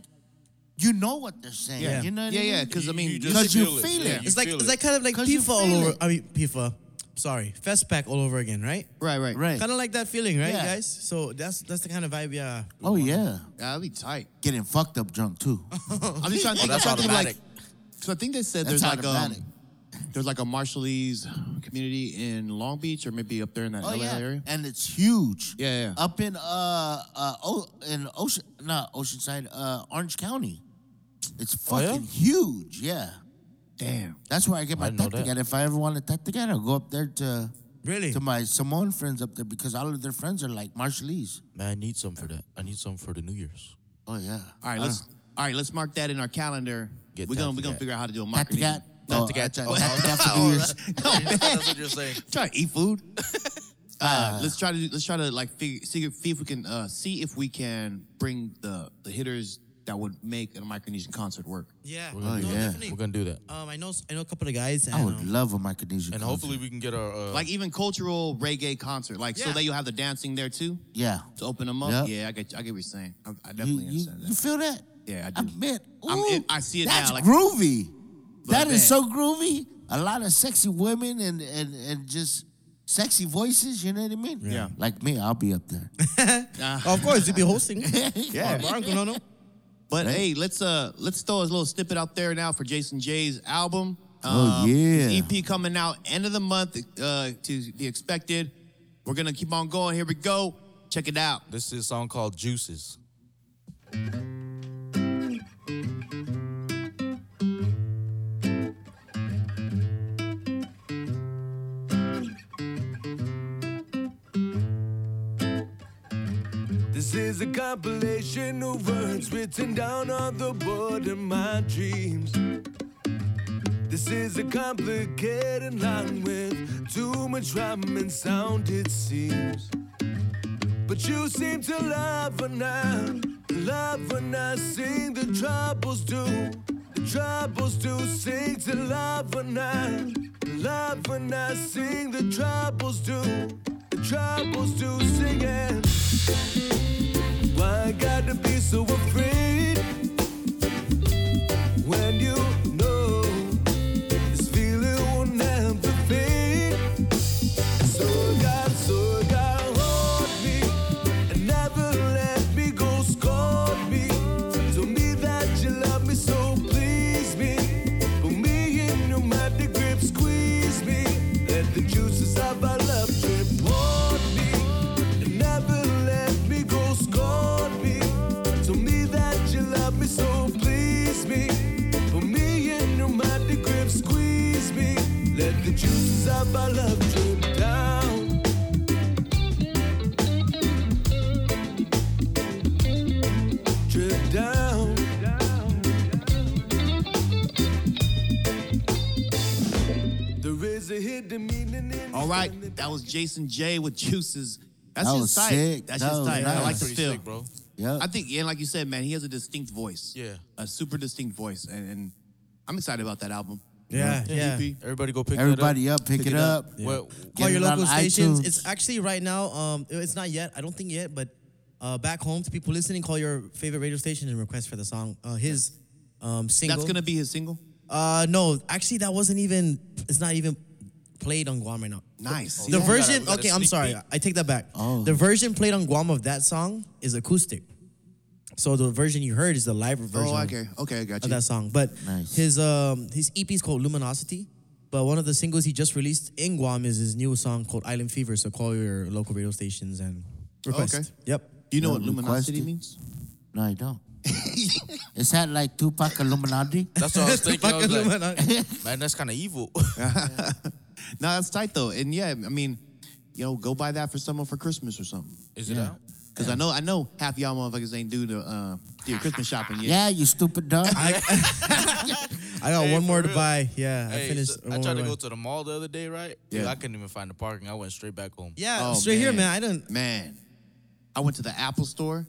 S1: you know what they're saying.
S5: Yeah.
S1: You know what
S4: yeah,
S1: I mean?
S4: yeah, because I mean,
S3: just
S1: Because you feel
S3: Yeah,
S1: it.
S3: you
S5: It's like
S3: feel
S5: it's
S3: it.
S5: like kind of like
S1: 'Cause you
S5: FIFA all
S1: feel
S5: over.
S1: it.
S5: I mean FIFA. Sorry, Festpac all over again, right?
S4: right, right,
S1: Right.
S5: Kind of like that feeling, right,
S1: Yeah.
S5: guys? So that's that's the kind of vibe, yeah.
S1: Oh yeah.
S4: Yeah, that'd be tight.
S1: Getting fucked up drunk too.
S4: I'm just trying to think.
S3: that's
S4: I'm trying to think,
S3: automatic.
S4: Like, so I think they said
S1: That's
S4: there's like um,
S1: automatic.
S4: there's like a Marshallese community in Long Beach or maybe up there in that
S1: Oh
S4: LA
S1: yeah,
S4: area.
S1: and it's huge.
S4: Yeah, yeah.
S1: Up in uh uh oh in Ocean not Oceanside uh Orange County, it's
S3: Oh,
S1: fucking
S3: yeah?
S1: huge. Yeah,
S4: Damn.
S1: that's where I get my
S3: didn't know
S1: tactic
S3: that.
S1: at. If I ever want a tactic at, I'll go up there to
S5: Really?
S1: to my Samoan friends up there because all of their friends are like Marshallese.
S3: man, I need some for that. I need some for the New Year's.
S1: Oh yeah.
S4: All right, let's all right, let's mark that in our calendar.
S3: Get
S4: we're gonna
S3: down
S4: we're
S3: to
S4: gonna
S3: that.
S4: figure out how to do a
S1: Tactic
S4: Micronesian.
S1: at. Oh,
S3: Tactic at.
S1: I-
S3: Oh,
S1: tactic at for New Year's.
S3: that's what you're saying.
S4: Try to eat food. Uh, let's try to do- let's try to like figure, see, if- see if we can uh, see if we can bring the the hitters that would make a Micronesian concert work.
S5: Yeah.
S3: We're gonna
S1: Oh,
S5: no,
S3: do
S1: yeah.
S3: that.
S5: definitely.
S3: We're gonna do that,
S5: Um, I know I know a couple of guys. And,
S1: I would
S5: um,
S1: love a Micronesian.
S3: and hopefully we can get our uh,
S4: Like even cultural reggae concert, like so
S5: Yeah.
S4: that you have the dancing there too
S1: yeah.
S4: to open them
S1: Yep.
S4: up. Yeah, I get, I get what you're saying. I, I
S1: You,
S4: definitely
S1: you-
S4: understand
S1: you
S4: that.
S1: feel that?
S4: Yeah, I
S1: I
S4: do.
S1: bet.
S4: I'm-
S1: Ooh,
S4: it- I see it now,
S1: that's
S4: like-
S1: groovy. That
S4: I
S1: is
S4: bet.
S1: so groovy. A lot of sexy women and and and just sexy voices. You know what I mean?
S4: Yeah.
S1: Like me, I'll be up there.
S5: of course, you'd be hosting.
S4: Yeah.
S5: Barack, no, no.
S4: But hey, let's uh let's throw a little snippet out there now for Jason J's album.
S1: Oh,
S4: Um, his
S1: yeah.
S4: EP coming out end of the month uh, to be expected. We're gonna keep on going. Here we go. Check it out.
S3: this is a song called Juices.
S6: This is a compilation of words written down on the board of my dreams. This is a complicated line with too much rhyme and sound, it seems. But you seem to love when I, love when I sing the troubles do. The troubles do sing to love when I, love when I sing the troubles do. The troubles do sing it. Why I gotta be so afraid when you know this feeling will never fade? So God, so God, hold me and never let me go. Scold me, tell me that you love me, so please me. Put me in your magic grip, squeeze me. Let the juices of our love drip. Hold me and never let me go. Scold me, tell me that you love me, so please me. Put me in your magic grip, squeeze me. Let the juices of our love drip down. drip down. There is a hidden meaning in
S4: All right, that was Jason J with Juices. That's
S1: That
S4: just
S1: was
S4: tight.
S1: sick.
S4: That's
S1: That
S4: just
S1: was
S4: tight. I
S1: nice.
S4: like the
S3: Pretty
S4: feel.
S3: sick, bro.
S1: Yeah.
S4: I think, yeah, like you said, man, he has a distinct voice.
S3: Yeah.
S4: a super distinct voice, and, and I'm excited about that album. E
S5: Yeah, yeah.
S4: EP.
S3: Everybody go pick that
S1: Everybody up, pick, it,
S4: it
S1: up.
S4: up.
S3: Well,
S5: Call
S1: Get
S5: your
S1: it on
S5: local stations.
S1: iTunes.
S5: It's actually right now. Um, it's not yet. I don't think yet, but uh, back home to people listening, call your favorite radio station and request for the song. Uh, his um single.
S4: That's gonna be his single.
S5: Uh, no, actually, that wasn't even. It's not even played on Guam right now.
S4: Nice.
S5: The
S4: Yeah.
S5: version.
S3: We gotta
S5: okay, I'm
S3: sneak
S5: sorry.
S3: peek.
S5: I take that back.
S1: Oh.
S5: The version played on Guam of that song is acoustic. So the version you heard is the live version
S4: oh, okay, okay, I got
S5: of
S4: you.
S5: that song. But
S1: Nice.
S5: his um his EP is called Luminosity. But one of the singles he just released in Guam is his new song called Island Fever. So call your local radio stations and request.
S4: Okay.
S5: Yep.
S4: Do you know
S1: Yeah,
S4: what luminosity
S1: requested.
S4: means?
S1: No, I don't. is that like Tupac Illuminati?
S3: That's what I was thinking. I was
S5: Fucking
S3: like,
S5: Illuminati.
S3: man, that's kind of evil.
S4: No, that's tight though, and yeah, I mean, you know, go buy that for someone for Christmas or something.
S3: Is it out?
S4: Cause I know, I know half y'all motherfuckers ain't do the uh, do your Christmas shopping yet.
S1: Yeah, you stupid dog.
S5: I got
S3: Hey,
S5: one
S3: for
S5: more to
S3: real.
S5: buy. Yeah, I
S3: Hey,
S5: finished.
S3: so
S5: one
S3: I
S5: more
S3: tried to
S5: buy.
S3: go to the mall the other day, right? Dude,
S4: Yeah.
S3: I couldn't even find the parking. I went straight back home.
S5: Yeah,
S4: Oh,
S5: straight here, man. I don't.
S4: Man, I went to the Apple store.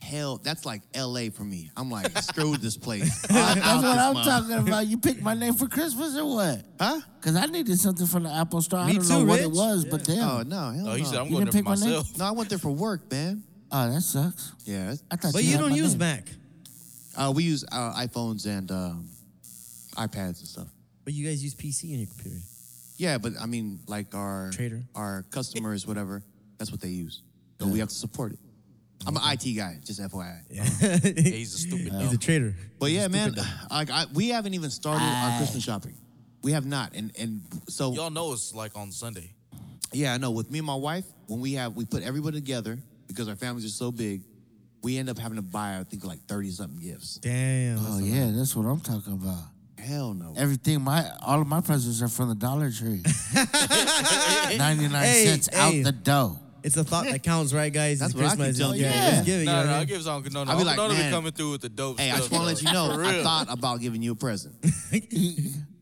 S4: Hell, that's like L.A. for me. I'm like, screw this place. I'm out
S1: That's what
S4: this
S1: I'm
S4: month.
S1: talking about. You picked my name for Christmas or what?
S4: Huh?
S1: Because I needed something from the Apple Store. I
S5: Me
S1: don't
S5: too,
S1: know what
S5: Rich.
S1: it was, but damn.
S4: Oh
S1: Oh,
S4: no, hell
S3: Oh,
S4: no.
S3: he said, I'm
S1: You
S3: going
S1: didn't
S3: there
S1: pick
S3: for
S1: my name?
S3: myself.
S4: no, I went there for work, man.
S1: Oh, that sucks.
S4: Yeah, that's-
S1: I thought
S5: But
S1: you,
S5: you
S1: had
S5: don't
S1: my
S5: use
S1: name.
S5: Mac.
S4: Uh, we use uh, iPhones and um, iPads and stuff.
S5: But you guys use PC on your computer.
S4: Yeah, but I mean, like our
S5: Trader.
S4: our customers, whatever. That's what they use. So we have to support it. I'm an IT guy, just FYI.
S3: Hey, he's a stupid
S5: He's a
S3: dog.
S5: trader.
S4: But yeah, man, like I, we haven't even started our Christmas shopping. We have not, and and so
S3: Y'all know it's like on Sunday.
S4: Yeah, I know. With me and my wife, when we have we put everybody together because our families are so big, we end up having to buy I think like thirty something gifts.
S5: Damn.
S1: Oh, yeah, that's what I'm talking about.
S4: Hell no.
S1: Everything, my all of my presents are from the Dollar Tree. 99
S5: Hey,
S1: cents
S5: hey.
S1: out the door.
S5: It's a thought that counts, right, guys?
S4: That's
S5: It's
S4: what I keep
S5: Christmas.
S4: telling
S5: yeah,
S4: you.
S5: Just give it.
S3: No,
S5: you know
S3: no,
S5: what I
S3: I
S5: mean?
S3: give Uncle Nono.
S4: I'll be
S3: Uncle
S4: like,
S3: Nono be
S4: man,
S3: coming through with the dope
S4: hey, I
S3: stuff.
S4: just want to let you know,
S3: For
S4: I
S3: real.
S4: thought about giving you a present.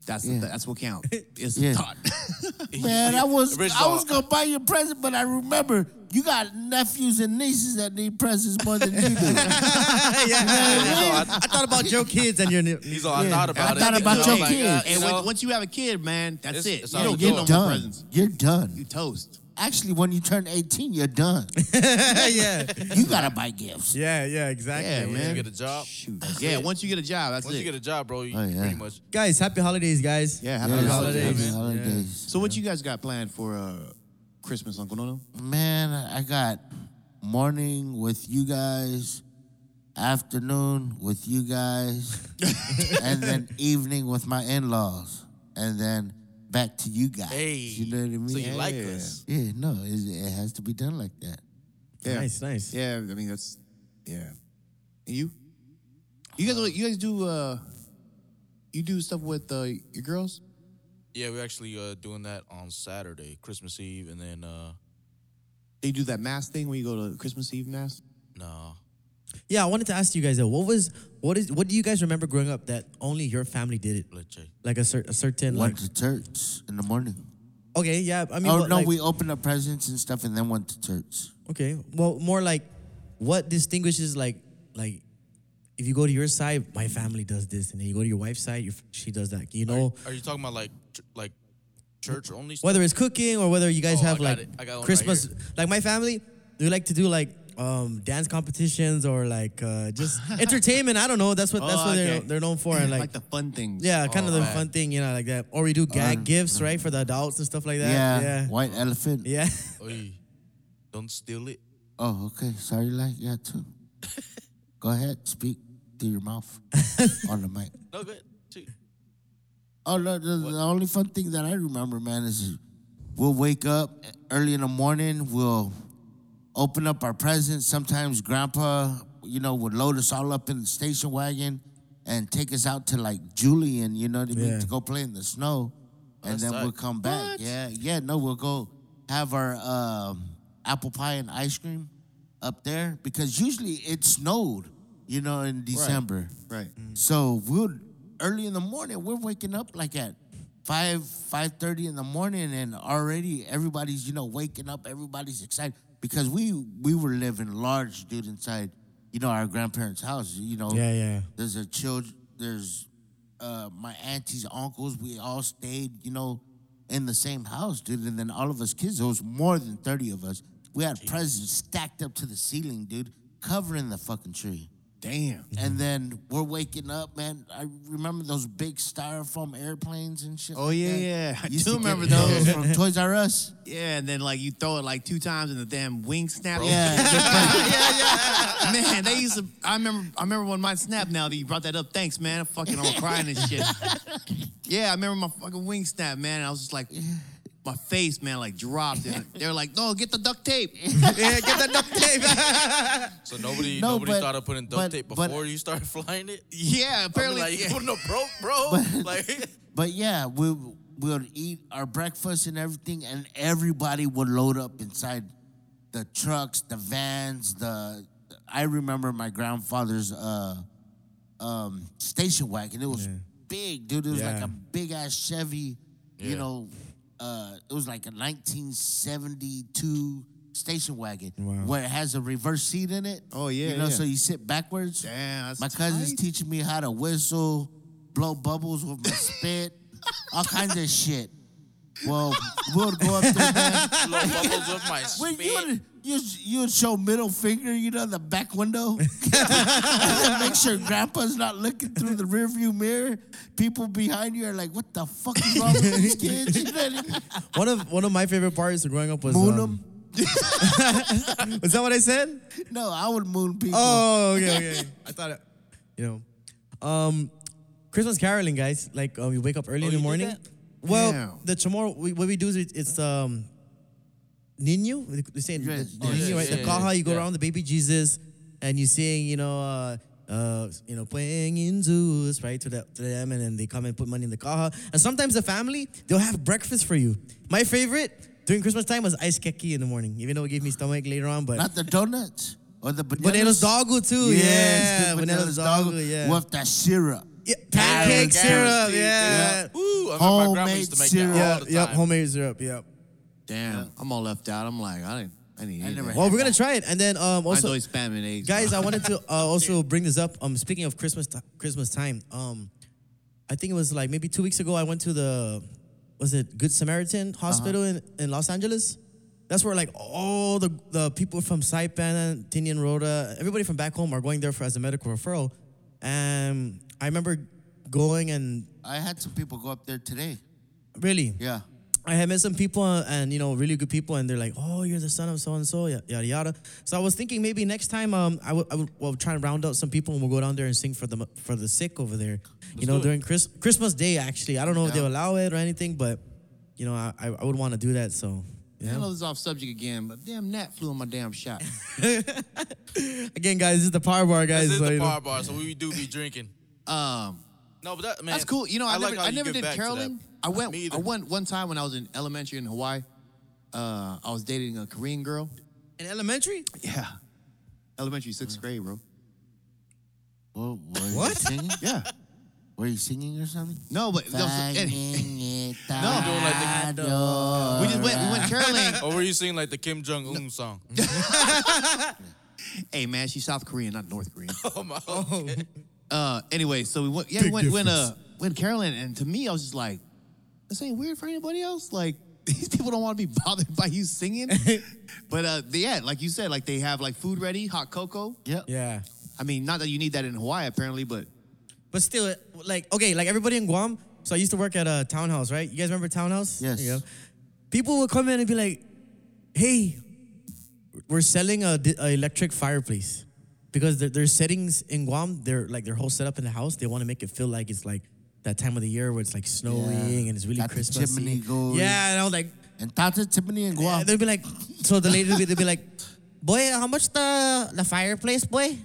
S4: That's
S1: Yeah.
S4: that's what counts. It's
S1: Yeah.
S4: taught.
S1: Man, I was
S3: Rich
S1: I was
S3: dog.
S1: gonna buy you a present, but I remember you got nephews and nieces that need presents more than you do.
S5: I, I thought about your kids and your.
S3: He's all, I thought about
S1: I
S3: it.
S1: thought about
S3: you know,
S1: your
S3: like,
S1: kids.
S3: uh, you
S4: and
S3: know,
S4: when, once you have a kid, man, that's
S3: It's-
S4: it.
S3: it's
S4: you
S3: out
S4: don't get
S3: the
S4: no
S3: door.
S1: You're done.
S4: more presents.
S1: You're done.
S4: You toast.
S1: Actually, when you turn 18, you're done.
S5: yeah,
S1: You gotta buy gifts.
S5: yeah, yeah, exactly.
S4: Yeah,
S3: once
S4: man.
S3: you get a job,
S4: Shoot. Yeah, once you get a job, that's
S3: once
S4: it.
S3: you get a job, bro, you
S1: Oh, yeah.
S3: pretty much.
S5: Guys, happy holidays, guys.
S4: yeah, happy
S1: Yeah,
S4: holidays.
S1: happy
S5: man.
S1: holidays.
S4: So what you guys got planned for uh, Christmas, Uncle Nono?
S1: Man, I got morning with you guys, afternoon with you guys, and then evening with my in-laws, and then back to you guys.
S3: Hey,
S1: you know what I mean?
S3: So you like
S4: Yeah.
S3: us?
S1: yeah, no, it, it has to be done like that.
S4: Yeah.
S5: Nice, nice.
S4: Yeah, I mean that's yeah. And you? You guys you guys do uh you do stuff with uh your girls?
S3: Yeah, we're actually uh, doing that on Saturday, Christmas Eve, and then uh,
S4: They do that mass thing when you go to Christmas Eve mass?
S3: no,
S5: Yeah, I wanted to ask you guys that. What was what is what do you guys remember growing up that only your family did it?
S3: let's check.
S5: Like a, cer- a certain like
S1: Went to church in the morning.
S5: okay, yeah. I mean,
S1: oh
S5: but
S1: no,
S5: like-
S1: we opened up presents and stuff, and then went to church.
S5: okay. Well, more like what distinguishes like like if you go to your side, my family does this, and then you go to your wife's side, your, f- she does that. You know,
S3: Are you talking about like ch- like church only? Stuff?
S5: whether it's cooking or whether you guys
S3: Oh, I
S5: have
S3: got
S5: like
S3: it. I got one right
S5: Christmas.
S3: here.
S5: like my family, we like to do like um, dance competitions or like uh, just entertainment. I don't know. That's what that's
S4: Oh,
S5: what they're,
S4: okay.
S5: they're known for. And like,
S4: Like the fun things.
S5: yeah, kind of the
S3: oh, man.
S5: fun thing, you know, like that. Or we do gag gifts, right, for the adults and stuff like that.
S1: Yeah,
S5: yeah,
S1: white elephant.
S5: yeah.
S3: Oy, don't steal it.
S1: Oh, okay. Sorry, like yeah too. Go ahead, speak through your mouth on the mic.
S3: No good. Cheat.
S1: Oh, no, the, the only fun thing that I remember, man, is we'll wake up early in the morning. We'll open up our presents. Sometimes Grandpa, you know, would load us all up in the station wagon and take us out to like Julian, you know what I mean,
S5: Yeah.
S1: to go play in the snow, and
S3: that's
S1: then we'll
S3: tight.
S1: come back. Yeah, yeah. No, we'll go have our um, apple pie and ice cream up there because usually it snowed, you know, in December.
S4: Right.
S1: So we would early in the morning. We're waking up like at five five thirty in the morning, and already everybody's you know waking up. Everybody's excited because we we were living large, dude, inside you know our grandparents' house. You know,
S5: Yeah, yeah.
S1: There's a child. There's uh, my aunties, uncles. We all stayed, you know, in the same house, dude. And then all of us kids. There was more than thirty of us. We had presents stacked up to the ceiling, dude, covering the fucking tree.
S4: Damn.
S1: And then we're waking up, man. I remember those big styrofoam airplanes and shit.
S4: Oh
S1: like
S4: yeah,
S1: that.
S4: yeah. I
S1: Used
S4: do
S1: to get
S4: remember those.
S1: from Toys R Us.
S4: yeah, and then like you throw it like two times and the damn wing snaps.
S1: Yeah,
S4: Man, they used to I remember I remember when mine snapped now that you brought that up. Thanks, man. I'm fucking I'm crying and shit. Yeah, I remember my fucking wing snapped, man, and I was just like my face, man, like dropped and they were like, No, get the duct tape.
S5: yeah, get that duct tape.
S3: So nobody
S1: No,
S3: nobody
S1: but-
S3: thought of putting duct
S1: but-
S3: tape
S1: but-
S3: before you started flying it.
S4: Yeah, apparently
S3: Apparently, like you wouldn't have broke, bro. like
S1: but yeah, we we'll eat our breakfast and everything, and everybody would load up inside the trucks, the vans, the. I remember my grandfather's uh, um, station wagon. It was big, dude. It was like
S5: Yeah.
S1: a big ass Chevy.
S3: Yeah.
S1: You know, uh, it was like a 1972 station wagon
S5: Wow.
S1: where it has a reverse seat in it.
S4: Oh, yeah,
S1: you know,
S4: yeah.
S1: so you sit backwards.
S4: Damn, that's
S1: My cousin's
S4: tight.
S1: teaching me how to whistle, blow bubbles with my spit, all kinds of shit. Well, we'll go up there, man.
S3: blow bubbles with my
S1: Wait,
S3: spit.
S1: you would, you, you would show middle finger, you know, the back window. Make sure grandpa's not looking through the rearview mirror. People behind you are like, what the fuck is wrong with these kids? You know what I mean?
S5: one of one of my favorite parts of growing up was
S1: Moon
S5: um, was that what I said?
S1: No, I would moon people.
S5: Oh, okay, okay. I thought, it, you know, um, Christmas caroling, guys. Like, um, you wake up early in the
S3: Oh, you did
S5: morning.
S3: that?
S5: Well,
S4: Damn.
S5: the chamorro, we, what we do is it, it's um, Nino. They they say
S1: Yes.
S5: the, the
S3: Oh, yes,
S5: Niño, right?
S3: yeah,
S5: the
S3: yeah,
S5: caja.
S3: yeah.
S5: You go
S3: Yeah.
S5: around the baby Jesus, and you sing, you know, uh, uh, you know, playing in Zeus, right, to, the, to them, and then they come and put money in the caja. And sometimes the family they'll have breakfast for you. My favorite. During Christmas time was ice keki in the morning, even though it gave me stomach later on. But
S1: Not the donuts or the bananas.
S5: Bananas doggo too.
S1: Yes,
S5: yeah,
S1: the
S5: bananas doggo. Yeah.
S1: With the syrup.
S5: yeah.
S3: Carrot
S5: Pancake syrup.
S3: cake,
S5: Yeah. Ooh.
S3: I remember my grandma
S1: Homemade
S3: used to make
S1: syrup.
S3: that all
S5: Yeah,
S3: the time.
S5: yep, homemade syrup, yep.
S4: Damn, I'm all left out. I'm like, I didn't, I didn't eat
S1: never
S4: that.
S1: had
S5: Well, we're gonna try it, and then um,
S4: Mine's
S5: also
S4: always spam and eggs.
S5: guys, I wanted to uh, also bring this up. Um, speaking of Christmas, t- Christmas time. Um, I think it was like maybe two weeks ago. I went to the, was it Good Samaritan
S3: Uh-huh.
S5: Hospital in, in Los Angeles? That's where like all the, the people from Saipan, Tinian Rota, everybody from back home are going there for as a medical referral. And I remember going and
S1: I had some people go up there today.
S5: really,
S1: Yeah.
S5: I had met some people uh, and you know really good people, and they're like, "Oh, you're the son of so and so, yada yada." So I was thinking maybe next time um I would I would well, try and round up some people and we'll go down there and sing for the for the sick over there. you know
S3: do it.
S5: during Chris, Christmas Day actually. I don't know if they'll allow it or anything, but you know I I I would want to do that. So
S4: I
S5: yeah.
S4: know this is off subject again, but damn, Nat flew on my damn shot.
S5: Again, guys, this is the power bar, guys.
S3: This is
S5: so,
S3: the
S5: you know.
S3: bar bar, so we do be drinking.
S4: um,
S3: No, but that man,
S4: That's cool. You know, I,
S3: like
S4: never,
S3: how
S4: I
S3: you
S4: never
S3: get
S4: did
S3: back to that.
S4: caroling. I went.
S3: Me either.
S4: I went one time when I was in elementary in Hawaii. Uh, I was dating a Korean girl.
S5: In elementary,
S4: Yeah, elementary sixth grade, bro.
S1: What?
S5: What?
S4: Yeah.
S1: Were you singing or something?
S4: No, but no, so- and-
S1: no,
S3: doing like the-
S4: we just went. We went caroling.
S3: Or were you singing like the Kim Jong Un song?
S4: hey man, she's South Korean, not North Korean.
S3: Oh my!
S4: Uh, anyway, so we went. Yeah, we
S5: Big
S4: went. Went uh,
S5: difference.
S4: went caroling, and to me, I was just like, this ain't weird for anybody else. Like these people don't want to be bothered by you singing. but uh, they- yeah, like you said, like they have like food ready, hot cocoa.
S1: Yep.
S5: yeah.
S4: I mean, not that you need that in Hawaii, apparently, but
S5: But still, it- like, okay, like everybody in Guam. So I used to work at a townhouse, right? You guys remember townhouse?
S1: Yes.
S5: There you go. People would come in and be like, "Hey, we're selling a, di- a electric fireplace because their, their settings in Guam, they're like their whole setup in the house. They want to make it feel like it's like that time of the year where it's like snowing
S1: Yeah.
S5: and it's really
S1: Got the
S5: Christmas.
S1: chimney going.
S5: Yeah, and I was like,
S1: And Tata Tiffany and
S5: yeah,
S1: Guam.
S5: they'll be like, so the lady will be, they'll be like, boy, how much the the fireplace, boy?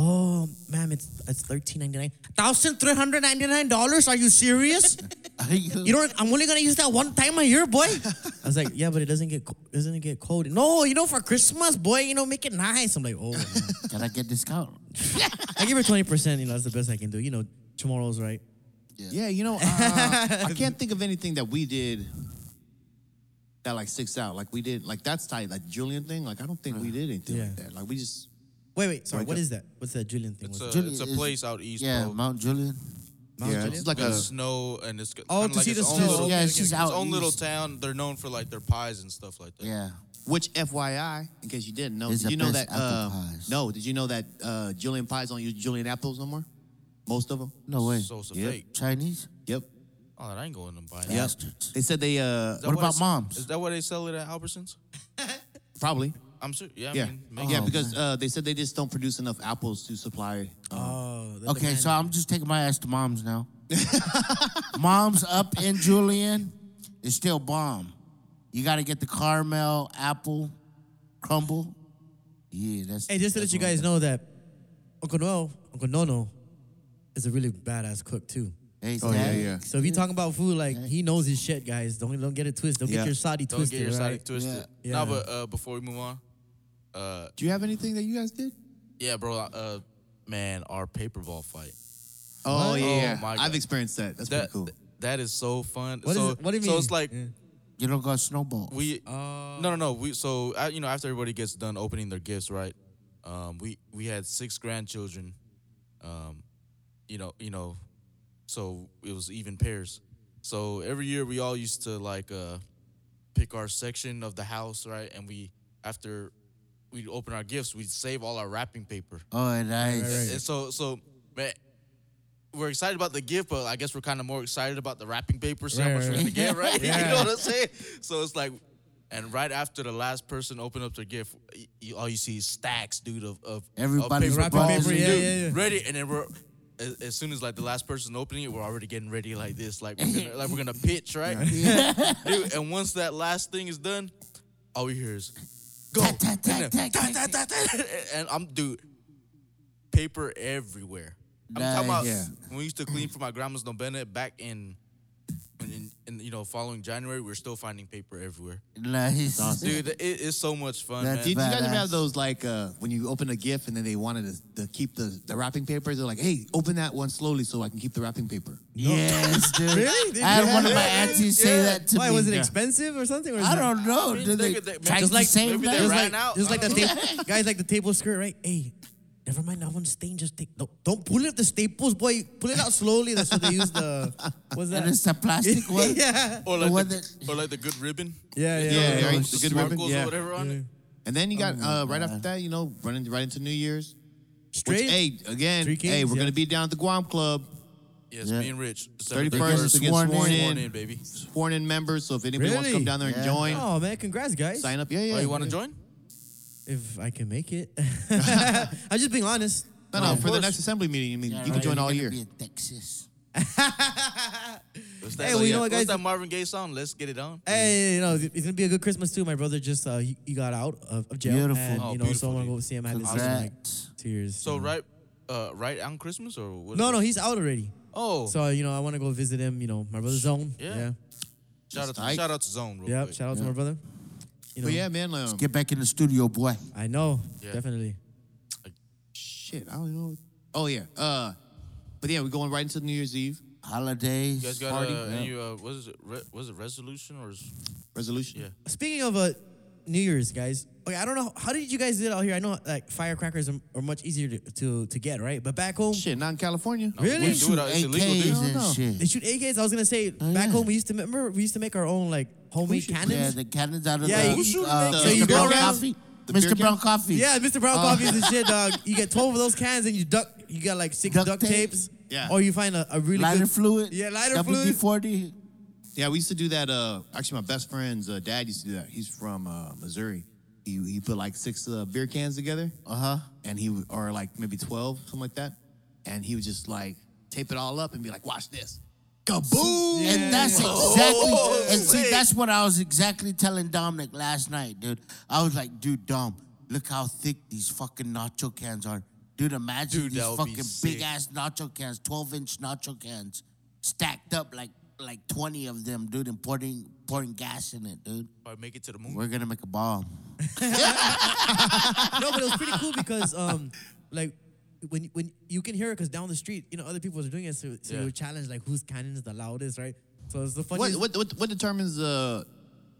S5: Oh, ma'am, it's it's thirteen ninety nine, thousand three hundred ninety nine dollars. Are you serious? You know, I'm only gonna use that one time a year, boy. I was like, yeah, but it doesn't get co- doesn't it get cold? No, you know, for Christmas, boy, you know, make it nice. I'm like, oh, man.
S1: Can I get discount?
S5: I give her twenty percent. You know, that's the best I can do. You know, tomorrow's right.
S4: Yeah, you know, uh, I can't think of anything that we did that like sticks out. Like we did, like that's tight. Like Julian thing. Like I don't think we did anything like
S5: Yeah.
S4: that. Like we just
S5: Wait, wait, sorry,
S4: Wake
S5: what
S4: up.
S5: is that? What's that Julian thing?
S3: It's
S5: What's-
S3: a, it's a
S1: Julian is-
S3: place out east,
S1: Yeah,
S3: bro.
S1: Mount Julian.
S4: yeah, it's like
S1: Uh,
S3: With
S4: a
S3: snow and it's kinda
S5: Oh,
S3: like
S5: to see
S3: its
S5: the
S3: own
S5: snow.
S3: Little,
S1: Yeah, it's
S3: its
S1: just out
S3: own little
S1: east.
S3: town. They're known for like their pies and stuff like that.
S1: Yeah.
S4: which FYI, in case you didn't know,
S1: It's
S4: did
S1: the
S4: you know that?
S1: best
S4: Uh,
S1: apple pies.
S4: no, did you know that uh, Julian pies don't use Julian apples no more? Most of them.
S1: No way.
S3: So it's a
S4: Yep.
S3: fake.
S1: Chinese?
S4: Yep.
S3: Oh, that I ain't going to buy that.
S1: Yep.
S3: Is
S1: Bastards.
S4: They said they uh
S3: that
S1: What
S3: why
S1: about
S3: it's-
S1: moms?
S3: Is that why they sell it at Albertsons?
S4: probably
S3: I'm sure. Yeah. I
S4: yeah
S3: mean, maybe.
S4: yeah
S1: Oh,
S4: because uh, they said they just don't produce enough apples to supply. uh,
S5: Oh, the
S1: Okay,
S5: banana.
S1: so I'm just taking my ass to mom's now. mom's up in Julian is still bomb. You got to get the caramel apple crumble. Yeah, that's.
S5: Hey, just to
S1: that's
S5: let you
S1: what I'm-
S5: guys know that Uncle Noel, Uncle Nono, is a really badass cook too.
S1: Hey,
S4: Oh, yeah,
S1: Zach,
S4: yeah.
S5: So if you talking about food, like he knows his shit, guys. Don't don't get it twisted. Don't
S4: Yeah.
S5: get your Saudi
S3: Don't
S5: twisted.
S3: get your side
S5: right?
S3: twisted.
S5: Yeah.
S3: No,
S5: Yeah.
S3: but uh, before we move on, uh,
S4: Do you have anything that you guys did?
S3: yeah, bro. Uh, man, our paper ball fight.
S4: Oh
S3: What?
S4: yeah,
S3: Oh,
S4: yeah.
S3: my
S4: I've
S3: God.
S4: experienced that. That's
S3: That
S4: pretty cool.
S3: that is so fun.
S5: What is
S3: so,
S5: it? What do you
S3: so
S5: mean?
S3: it's like
S5: Yeah.
S1: you don't got snowball.
S3: we no no no we so uh, you know after everybody gets done opening their gifts right um we we had six grandchildren um you know you know so it was even pairs so every year we all used to like uh pick our section of the house right and we after we'd open our gifts we'd save all our wrapping paper
S1: oh, nice.
S3: and so so man we're excited about the gift, but I guess we're kind of more excited about the wrapping paper so
S5: Right,
S3: much
S5: right,
S3: we're gonna get, right? You
S5: Yeah.
S3: know what I'm saying? So it's like, and right after the last person opened up their gift, y- you, all you see is stacks, dude, of of of
S1: Everybody's
S3: paper
S1: wrapping
S3: balls,
S1: paper,
S3: dude,
S1: yeah,
S5: yeah, yeah.
S3: ready, and then we're. As, as soon as like the last person opening it, we're already getting ready like this, like we're gonna, like we're gonna pitch, right? Dude, and once that last thing is done, all we hear is go,
S1: Tack, tack, tack,
S3: and,
S1: tack, tack,
S3: then, "Tack, tack, tack, tack," and I'm dude, paper everywhere. I'm talking about
S1: Nice.
S3: when we used to clean for my grandma's novena back in in, and you know, following January, we're still finding paper everywhere.
S1: Nice.
S3: Dude, it is so much fun,
S1: That's
S3: man.
S4: Did you guys ever
S1: Badass.
S4: have those like uh, when you open a gift and then they wanted to, to keep the, the wrapping papers? They're like, "Hey, open that one slowly so I can keep the wrapping paper."
S1: Yes, dude.
S5: Really? Did
S1: I had
S5: you
S1: one
S5: have
S1: of my
S5: that?
S1: aunties say
S3: Yeah.
S1: that to
S5: Why
S1: me.
S5: was it expensive or something? Or is
S1: I
S5: it-
S1: don't know.
S3: mean,
S1: Did
S3: they
S1: they
S3: could- they-
S1: take
S3: just
S1: the
S5: like-
S1: same
S3: maybe they
S1: thing?
S5: Just
S3: ran
S5: like,
S3: out.
S5: just
S3: I
S5: like the
S3: don't
S5: table, guys, like the table skirt, right? Hey, never mind that one stain. Just take, no, don't pull it up the staples, boy. Pull it out slowly. That's what they use the. What's that?
S1: And it's a plastic one.
S5: yeah.
S3: Or
S1: The
S3: like
S1: one
S3: the,
S1: that-
S3: or like the good ribbon.
S5: Yeah, yeah.
S4: Yeah,
S3: You know,
S4: right,
S3: with
S4: the
S3: The
S4: good
S3: good
S4: ribbon,
S3: ribbon.
S4: yeah.
S3: or whatever on it.
S4: And then you got
S1: Oh
S4: uh, right after that, you know, running right into New Year's.
S5: Straight.
S4: Which, hey, again,
S5: Three kings,
S4: hey, we're
S5: yeah.
S4: gonna be down at the Guam Club,
S3: Yes, me and Rich.
S4: thirty
S3: December
S4: first to
S3: 31st.
S4: get
S1: Sworn
S4: sworn,
S1: in.
S4: in,
S3: Sworn in, baby.
S4: sworn in members. So if anybody wants to
S5: Really?
S4: come down there and
S1: Yeah.
S4: join,
S5: Oh man, congrats, guys.
S4: sign up. Yeah, yeah.
S3: Oh, you want to join?
S5: If I can make it, I'm just being honest.
S4: No, no,
S3: Of
S4: for the
S3: course.
S4: next assembly meeting, you mean
S1: Yeah,
S4: you can
S1: right,
S4: join
S1: you're
S4: all
S1: gonna
S4: year.
S1: Be in Texas.
S3: What's that,
S5: Hey, well, you know what, guys?
S3: What's that Marvin Gaye song? Let's get it on.
S5: Hey, you know, it's gonna be a good Christmas too. My brother just uh, he, he got out of, of jail,
S1: Beautiful.
S5: and
S3: Oh,
S5: you know,
S3: beautiful,
S5: so I'm gonna
S3: dude.
S5: go see him at his house in like
S1: Congrats.
S5: two years.
S3: So
S5: yeah.
S3: right, uh, right on Christmas or what?
S5: Mm. No, no, he's out already.
S3: Oh,
S5: So you know, I want to go visit him. You know, my brother's home.
S3: Yeah.
S5: yeah,
S3: shout out, to,
S4: Ike.
S3: shout out to Zone. Real
S5: Yep,
S3: quick.
S5: Shout out to my brother. You know,
S4: But yeah, man, um,
S1: Get back in the studio, boy.
S5: I know.
S3: Yeah.
S5: Definitely.
S4: shit, I don't know. Oh yeah, uh, but yeah, we're going right into New Year's Eve
S1: Holidays.
S3: You guys got
S1: party.
S3: uh, any? Uh, what is it? Re- was it resolution or? Is,
S4: resolution.
S3: Yeah.
S5: Speaking of uh, New Year's, guys. Okay, I don't know how did you guys do it out here. I know like firecrackers are, are much easier to, to to get, right? But back home,
S4: Shit, not in California.
S3: No, we
S5: Really?
S3: can't do it. uh, It's
S1: AKs
S3: illegal, dude.
S1: and
S4: No, no.
S5: they
S1: shit.
S5: shoot AKs. I was gonna say back
S1: Oh, yeah.
S5: home we used to remember we used to make our own like homemade
S1: Yeah,
S5: cannons.
S1: the cannons out of
S5: Yeah,
S1: the.
S5: you- Who's shooting
S1: uh,
S5: that?
S4: So you
S1: Mr.
S4: go
S1: Brown
S4: around-
S1: Coffee.
S4: the beer
S1: Mr. Brown
S4: can?
S1: Coffee.
S5: Yeah, Mr.
S1: Oh.
S5: Brown coffees and shit, dog. You get twelve of those cans and you duck. You got like six
S1: Duct
S5: duct,
S1: tape?
S5: tapes.
S4: Yeah.
S5: Or you find a, a really
S1: Lighter
S5: good
S1: fluid.
S5: Yeah, lighter fluid.
S1: WD-40.
S4: Yeah, we used to do that. Uh, actually, my best friend's uh, dad used to do that. He's from uh, Missouri. He he put like six uh, beer cans together. Uh huh. And he would, or like maybe twelve, something like that. And he would just like tape it all up and be like, "Watch this, kaboom!"
S1: And that's
S3: Oh,
S1: exactly, and see, that's what I was exactly telling Dominic last night, dude. I was like, dude, Dom, look how thick these fucking nacho cans are. Dude, imagine
S3: Dude,
S1: these
S3: that would be
S1: fucking
S3: sick.
S1: big ass nacho cans, 12 inch nacho cans, stacked up like like 20 of them, dude, and pouring, pouring gas in it, dude.
S3: Or make it to the moon.
S1: We're gonna make a bomb.
S5: no, but it was pretty cool because um, like when when you can hear it because down the street, you know, other people are doing it, so, so
S3: Yeah.
S5: you would challenge like whose cannon is the loudest, right? So it's the
S4: What
S5: funniest
S4: what what, what determines the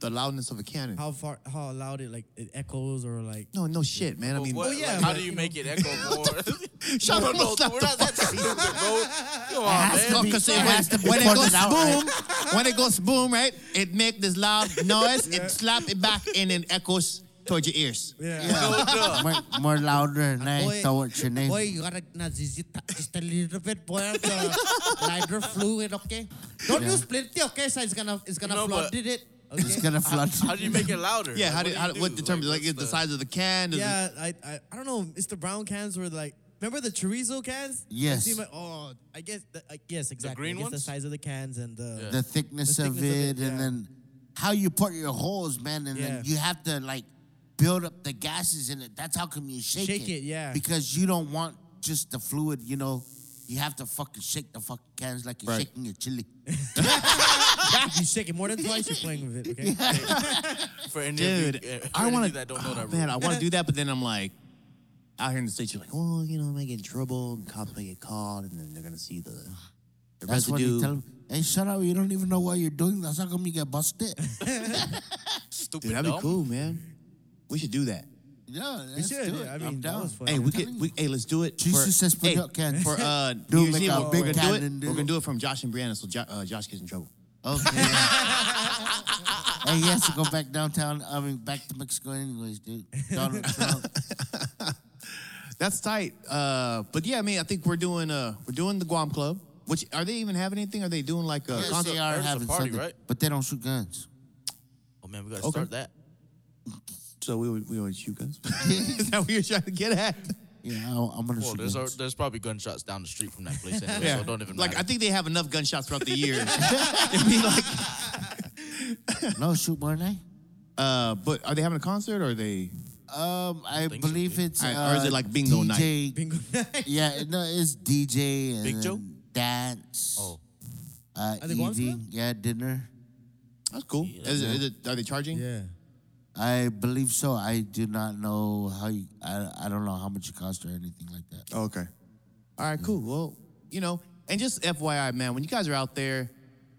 S4: the loudness of a cannon?
S5: how far how loud it like it echoes or like.
S4: Oh, no, no shit, man. I
S3: Well,
S4: mean,
S3: what-
S5: Oh, yeah,
S3: like, how
S5: but-
S3: do you make it echo more?
S4: Shut up,
S3: We're not
S4: stop
S3: that stupid, bro. Come on,
S1: has
S3: man.
S1: to be-
S4: Because
S1: it
S4: when-
S1: has to be
S4: when it
S1: pointed
S4: goes
S1: out,
S4: boom, when it goes boom, right? It make this loud noise. It slap it back and then echoes towards your ears.
S5: Yeah.
S3: No, no.
S1: More, more louder and I ain't
S5: Boy,
S1: towards your name.
S5: boy, you gotta not zizz it up just a little bit, boy. Of the lighter fluid, okay? Don't use plenty, okay? So it's gonna it's gonna
S3: No,
S5: flood
S3: but-
S5: it. it,
S1: It's
S5: Okay?
S1: gonna flood.
S3: How do you make it louder?
S4: Uh, Yeah, how
S3: Like,
S4: did how,
S3: do you
S4: what
S3: do?
S4: determines like,
S3: what's
S4: is the size of the can? Does
S5: Yeah, I, I I don't know. It's the brown cans were like remember the chorizo cans? I
S1: Yes.
S5: see my- oh, I guess the, I yes exactly.
S3: green
S5: I guess The
S3: ones?
S5: size of the cans and the
S3: Yeah.
S1: the thickness,
S5: The
S1: of, it,
S5: thickness of it,
S1: and
S5: yeah.
S1: then how you put your holes, man, and then
S5: Yeah.
S1: you have to like build up the gases in it. That's how come you shake,
S5: Shake it, yeah.
S1: Because you don't want just the fluid, you know. You have to fucking shake the fucking cans like you're
S4: Right.
S1: shaking your chili.
S5: you shake it more than twice. You're playing with it. Okay.
S3: For any of you,
S4: dude,
S3: uh, for
S4: I
S3: any of
S4: want
S3: you
S4: to.
S3: that don't know that
S4: man, I
S3: rule.
S4: want to do that, but then I'm like, out here in the states, you're like, well, Oh, you know, I might get in trouble, and cops might get called, and then they're gonna see the, the
S1: That's what
S4: residue.
S1: you tell them. Hey, shut up! You don't even know why you're doing. That's how come you get busted.
S3: Stupid
S4: Dude, that'd be
S3: dumb.
S4: cool, man. We should do that.
S1: yeah,
S5: We
S1: let's
S5: should.
S1: do it.
S5: I
S1: I'm
S5: mean, that
S1: down.
S5: was fun.
S4: Hey, we could. We, hey, let's do it.
S1: Jesus says put
S4: hey,
S1: up cans.
S4: for uh, New
S1: Dude,
S4: Year's
S1: make
S4: Eve,
S1: a
S4: we're
S1: big
S4: gonna do it.
S1: cannon,
S4: We're gonna
S1: dude.
S4: do it from Josh and Brianna, so jo- uh, Josh gets in trouble.
S1: Okay. and he has to go back downtown. I mean, back to Mexico, anyways, dude. Donald Trump.
S4: That's tight. Uh, but yeah, I mean, I think we're doing uh, we're doing the Guam Club. Which are they even having anything? Are they doing like a
S1: Yes,
S4: concert?
S1: they are
S3: there's a
S1: having
S3: party,
S1: something,
S3: right?
S1: but they don't shoot guns.
S3: Oh man, we gotta
S4: Okay.
S3: start that.
S4: So we would we would shoot guns. Is that what you're trying to get at?
S1: Yeah, I, I'm gonna
S3: Well,
S1: shoot
S3: there's,
S1: guns.
S3: al- there's probably gunshots down the street from that place anyway, so it don't even
S4: like I
S3: matter.
S4: think they have enough gunshots throughout the years. It'd be like,
S1: no shoot, weren't they?
S4: uh, but are they having a concert or are they?
S1: Um, I,
S3: think so,
S1: believe
S3: dude.
S1: it's
S4: All
S1: uh,
S4: right, or is it like bingo night?
S1: DJ,
S5: Bingo.
S1: Yeah, no, it's DJ and
S3: Big Joe?
S1: then dance.
S3: Oh.
S1: uh,
S5: At the Guam
S1: eating,
S5: Club?
S1: yeah, dinner.
S4: That's cool. Is it- is it- are they charging?
S5: Yeah.
S1: I believe so. I do not know how you, I, I don't know how much it costs or anything like that.
S4: Oh, okay. All right, cool. Well, you know, and just FYI, man, when you guys are out there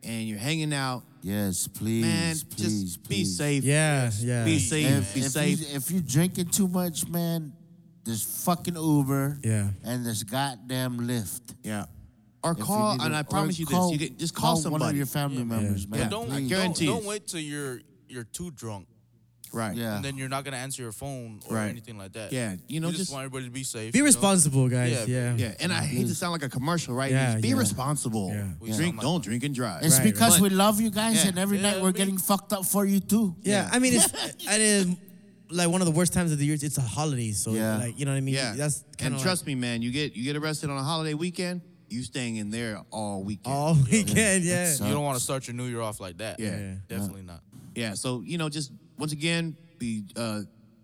S4: and you're hanging out,
S1: Yes, please,
S4: man,
S1: please, please.
S4: just be safe.
S5: Yeah, yeah.
S4: Be safe.
S1: If,
S4: be
S1: if
S4: safe.
S1: You, if you're drinking too much, man, there's fucking Uber.
S5: Yeah.
S1: And there's goddamn Lyft.
S4: yeah. Or
S1: If you
S4: call,
S1: need to-
S4: and I
S1: or
S4: promise you
S1: call-
S4: this: you can just call,
S1: one of
S4: somebody.
S1: your family members, man.
S4: Yeah.
S3: But don't,
S1: please.
S4: I
S3: don't
S4: guarantee
S3: don't
S4: it.
S3: wait till you're you're too drunk
S4: right.
S1: Yeah.
S3: and then you're not gonna answer your phone or
S4: Right.
S3: anything like that.
S4: Yeah, you know,
S3: just,
S4: just-
S3: want everybody to be safe.
S5: Be
S3: you know?
S5: responsible, guys.
S3: Yeah,
S5: Yeah. Yeah.
S4: Yeah, and I hate to sound like a commercial, right?
S5: Mm. Yeah,
S4: Just be
S5: yeah.
S4: responsible.
S5: Yeah.
S3: We sound
S4: Drink,
S3: like
S4: don't
S3: that.
S4: drink and drive.
S1: It's
S5: Right,
S1: because
S4: right.
S1: we love you guys,
S4: Yeah.
S1: and every
S3: Yeah,
S1: night we're
S3: I mean-
S1: getting fucked up for you too.
S5: I mean, it's and it, like one of the worst times of the year. It's a holiday, so
S1: Yeah.
S5: like you know what I mean.
S4: Yeah,
S5: That's kind
S4: and
S5: of
S4: trust me, man. You get you get arrested on a holiday weekend. You staying in there all weekend.
S5: all weekend. Yeah.
S1: It's, uh,
S3: You don't want to start your new year off like that.
S4: Yeah.
S5: Yeah.
S3: definitely not.
S4: Yeah. So you know, just once again, be uh,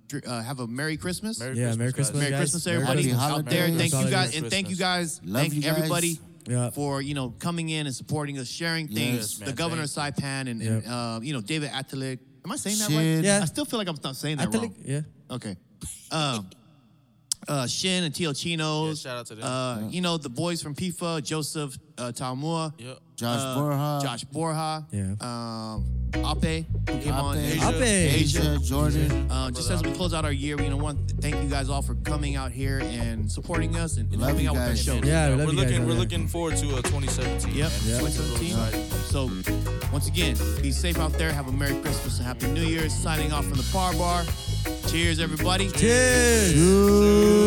S4: dr- uh have a merry Christmas.
S3: Merry
S5: Yeah. Merry
S3: Christmas,
S5: Christmas,
S4: Merry
S5: guys.
S4: Christmas,
S5: Merry
S4: everybody
S1: Christmas.
S4: out there.
S1: Happy
S4: Thank you
S5: holidays.
S4: guys, and thank you guys.
S1: Love
S4: thank
S1: you guys.
S4: everybody
S5: Yeah.
S4: for you know coming in and supporting us, sharing things.
S3: Yes, man.
S4: the governor
S3: Thank
S4: Saipan and, and uh, you know David Atalik. Am I saying that right?
S1: Shin.
S5: Yeah.
S4: I still feel like I'm not saying that
S5: Atalik-
S4: wrong.
S5: Yeah.
S4: Okay. Um, uh, Shin and Tio Chinos.
S3: Yeah, shout out to them.
S4: Uh, You know the boys from PIFA, Joseph uh, Talmua.
S3: Yep.
S1: Josh
S4: uh,
S1: Borja,
S4: Josh Borja.
S5: Yeah.
S4: Um, Ape, who came on.
S1: Ape.
S4: Asia.
S5: Ape.
S1: Asia, Jordan.
S4: Um, just as we close out our year, you know, one thank you guys all for coming out here and supporting us and, and
S1: Love
S4: helping
S1: you
S4: out
S1: guys.
S4: with our show.
S5: Yeah, we
S3: we're
S5: love you guys
S3: looking
S5: out
S3: we're
S5: there.
S3: looking forward to uh,
S4: Yep.
S3: 2017. man.
S5: Yeah.
S3: We're so
S4: 2017.
S3: excited.
S4: So, once again, be safe out there. Have a Merry Christmas and Happy New Year. Signing off from the Par Bar. Cheers, everybody.
S5: Cheers.
S1: Dude.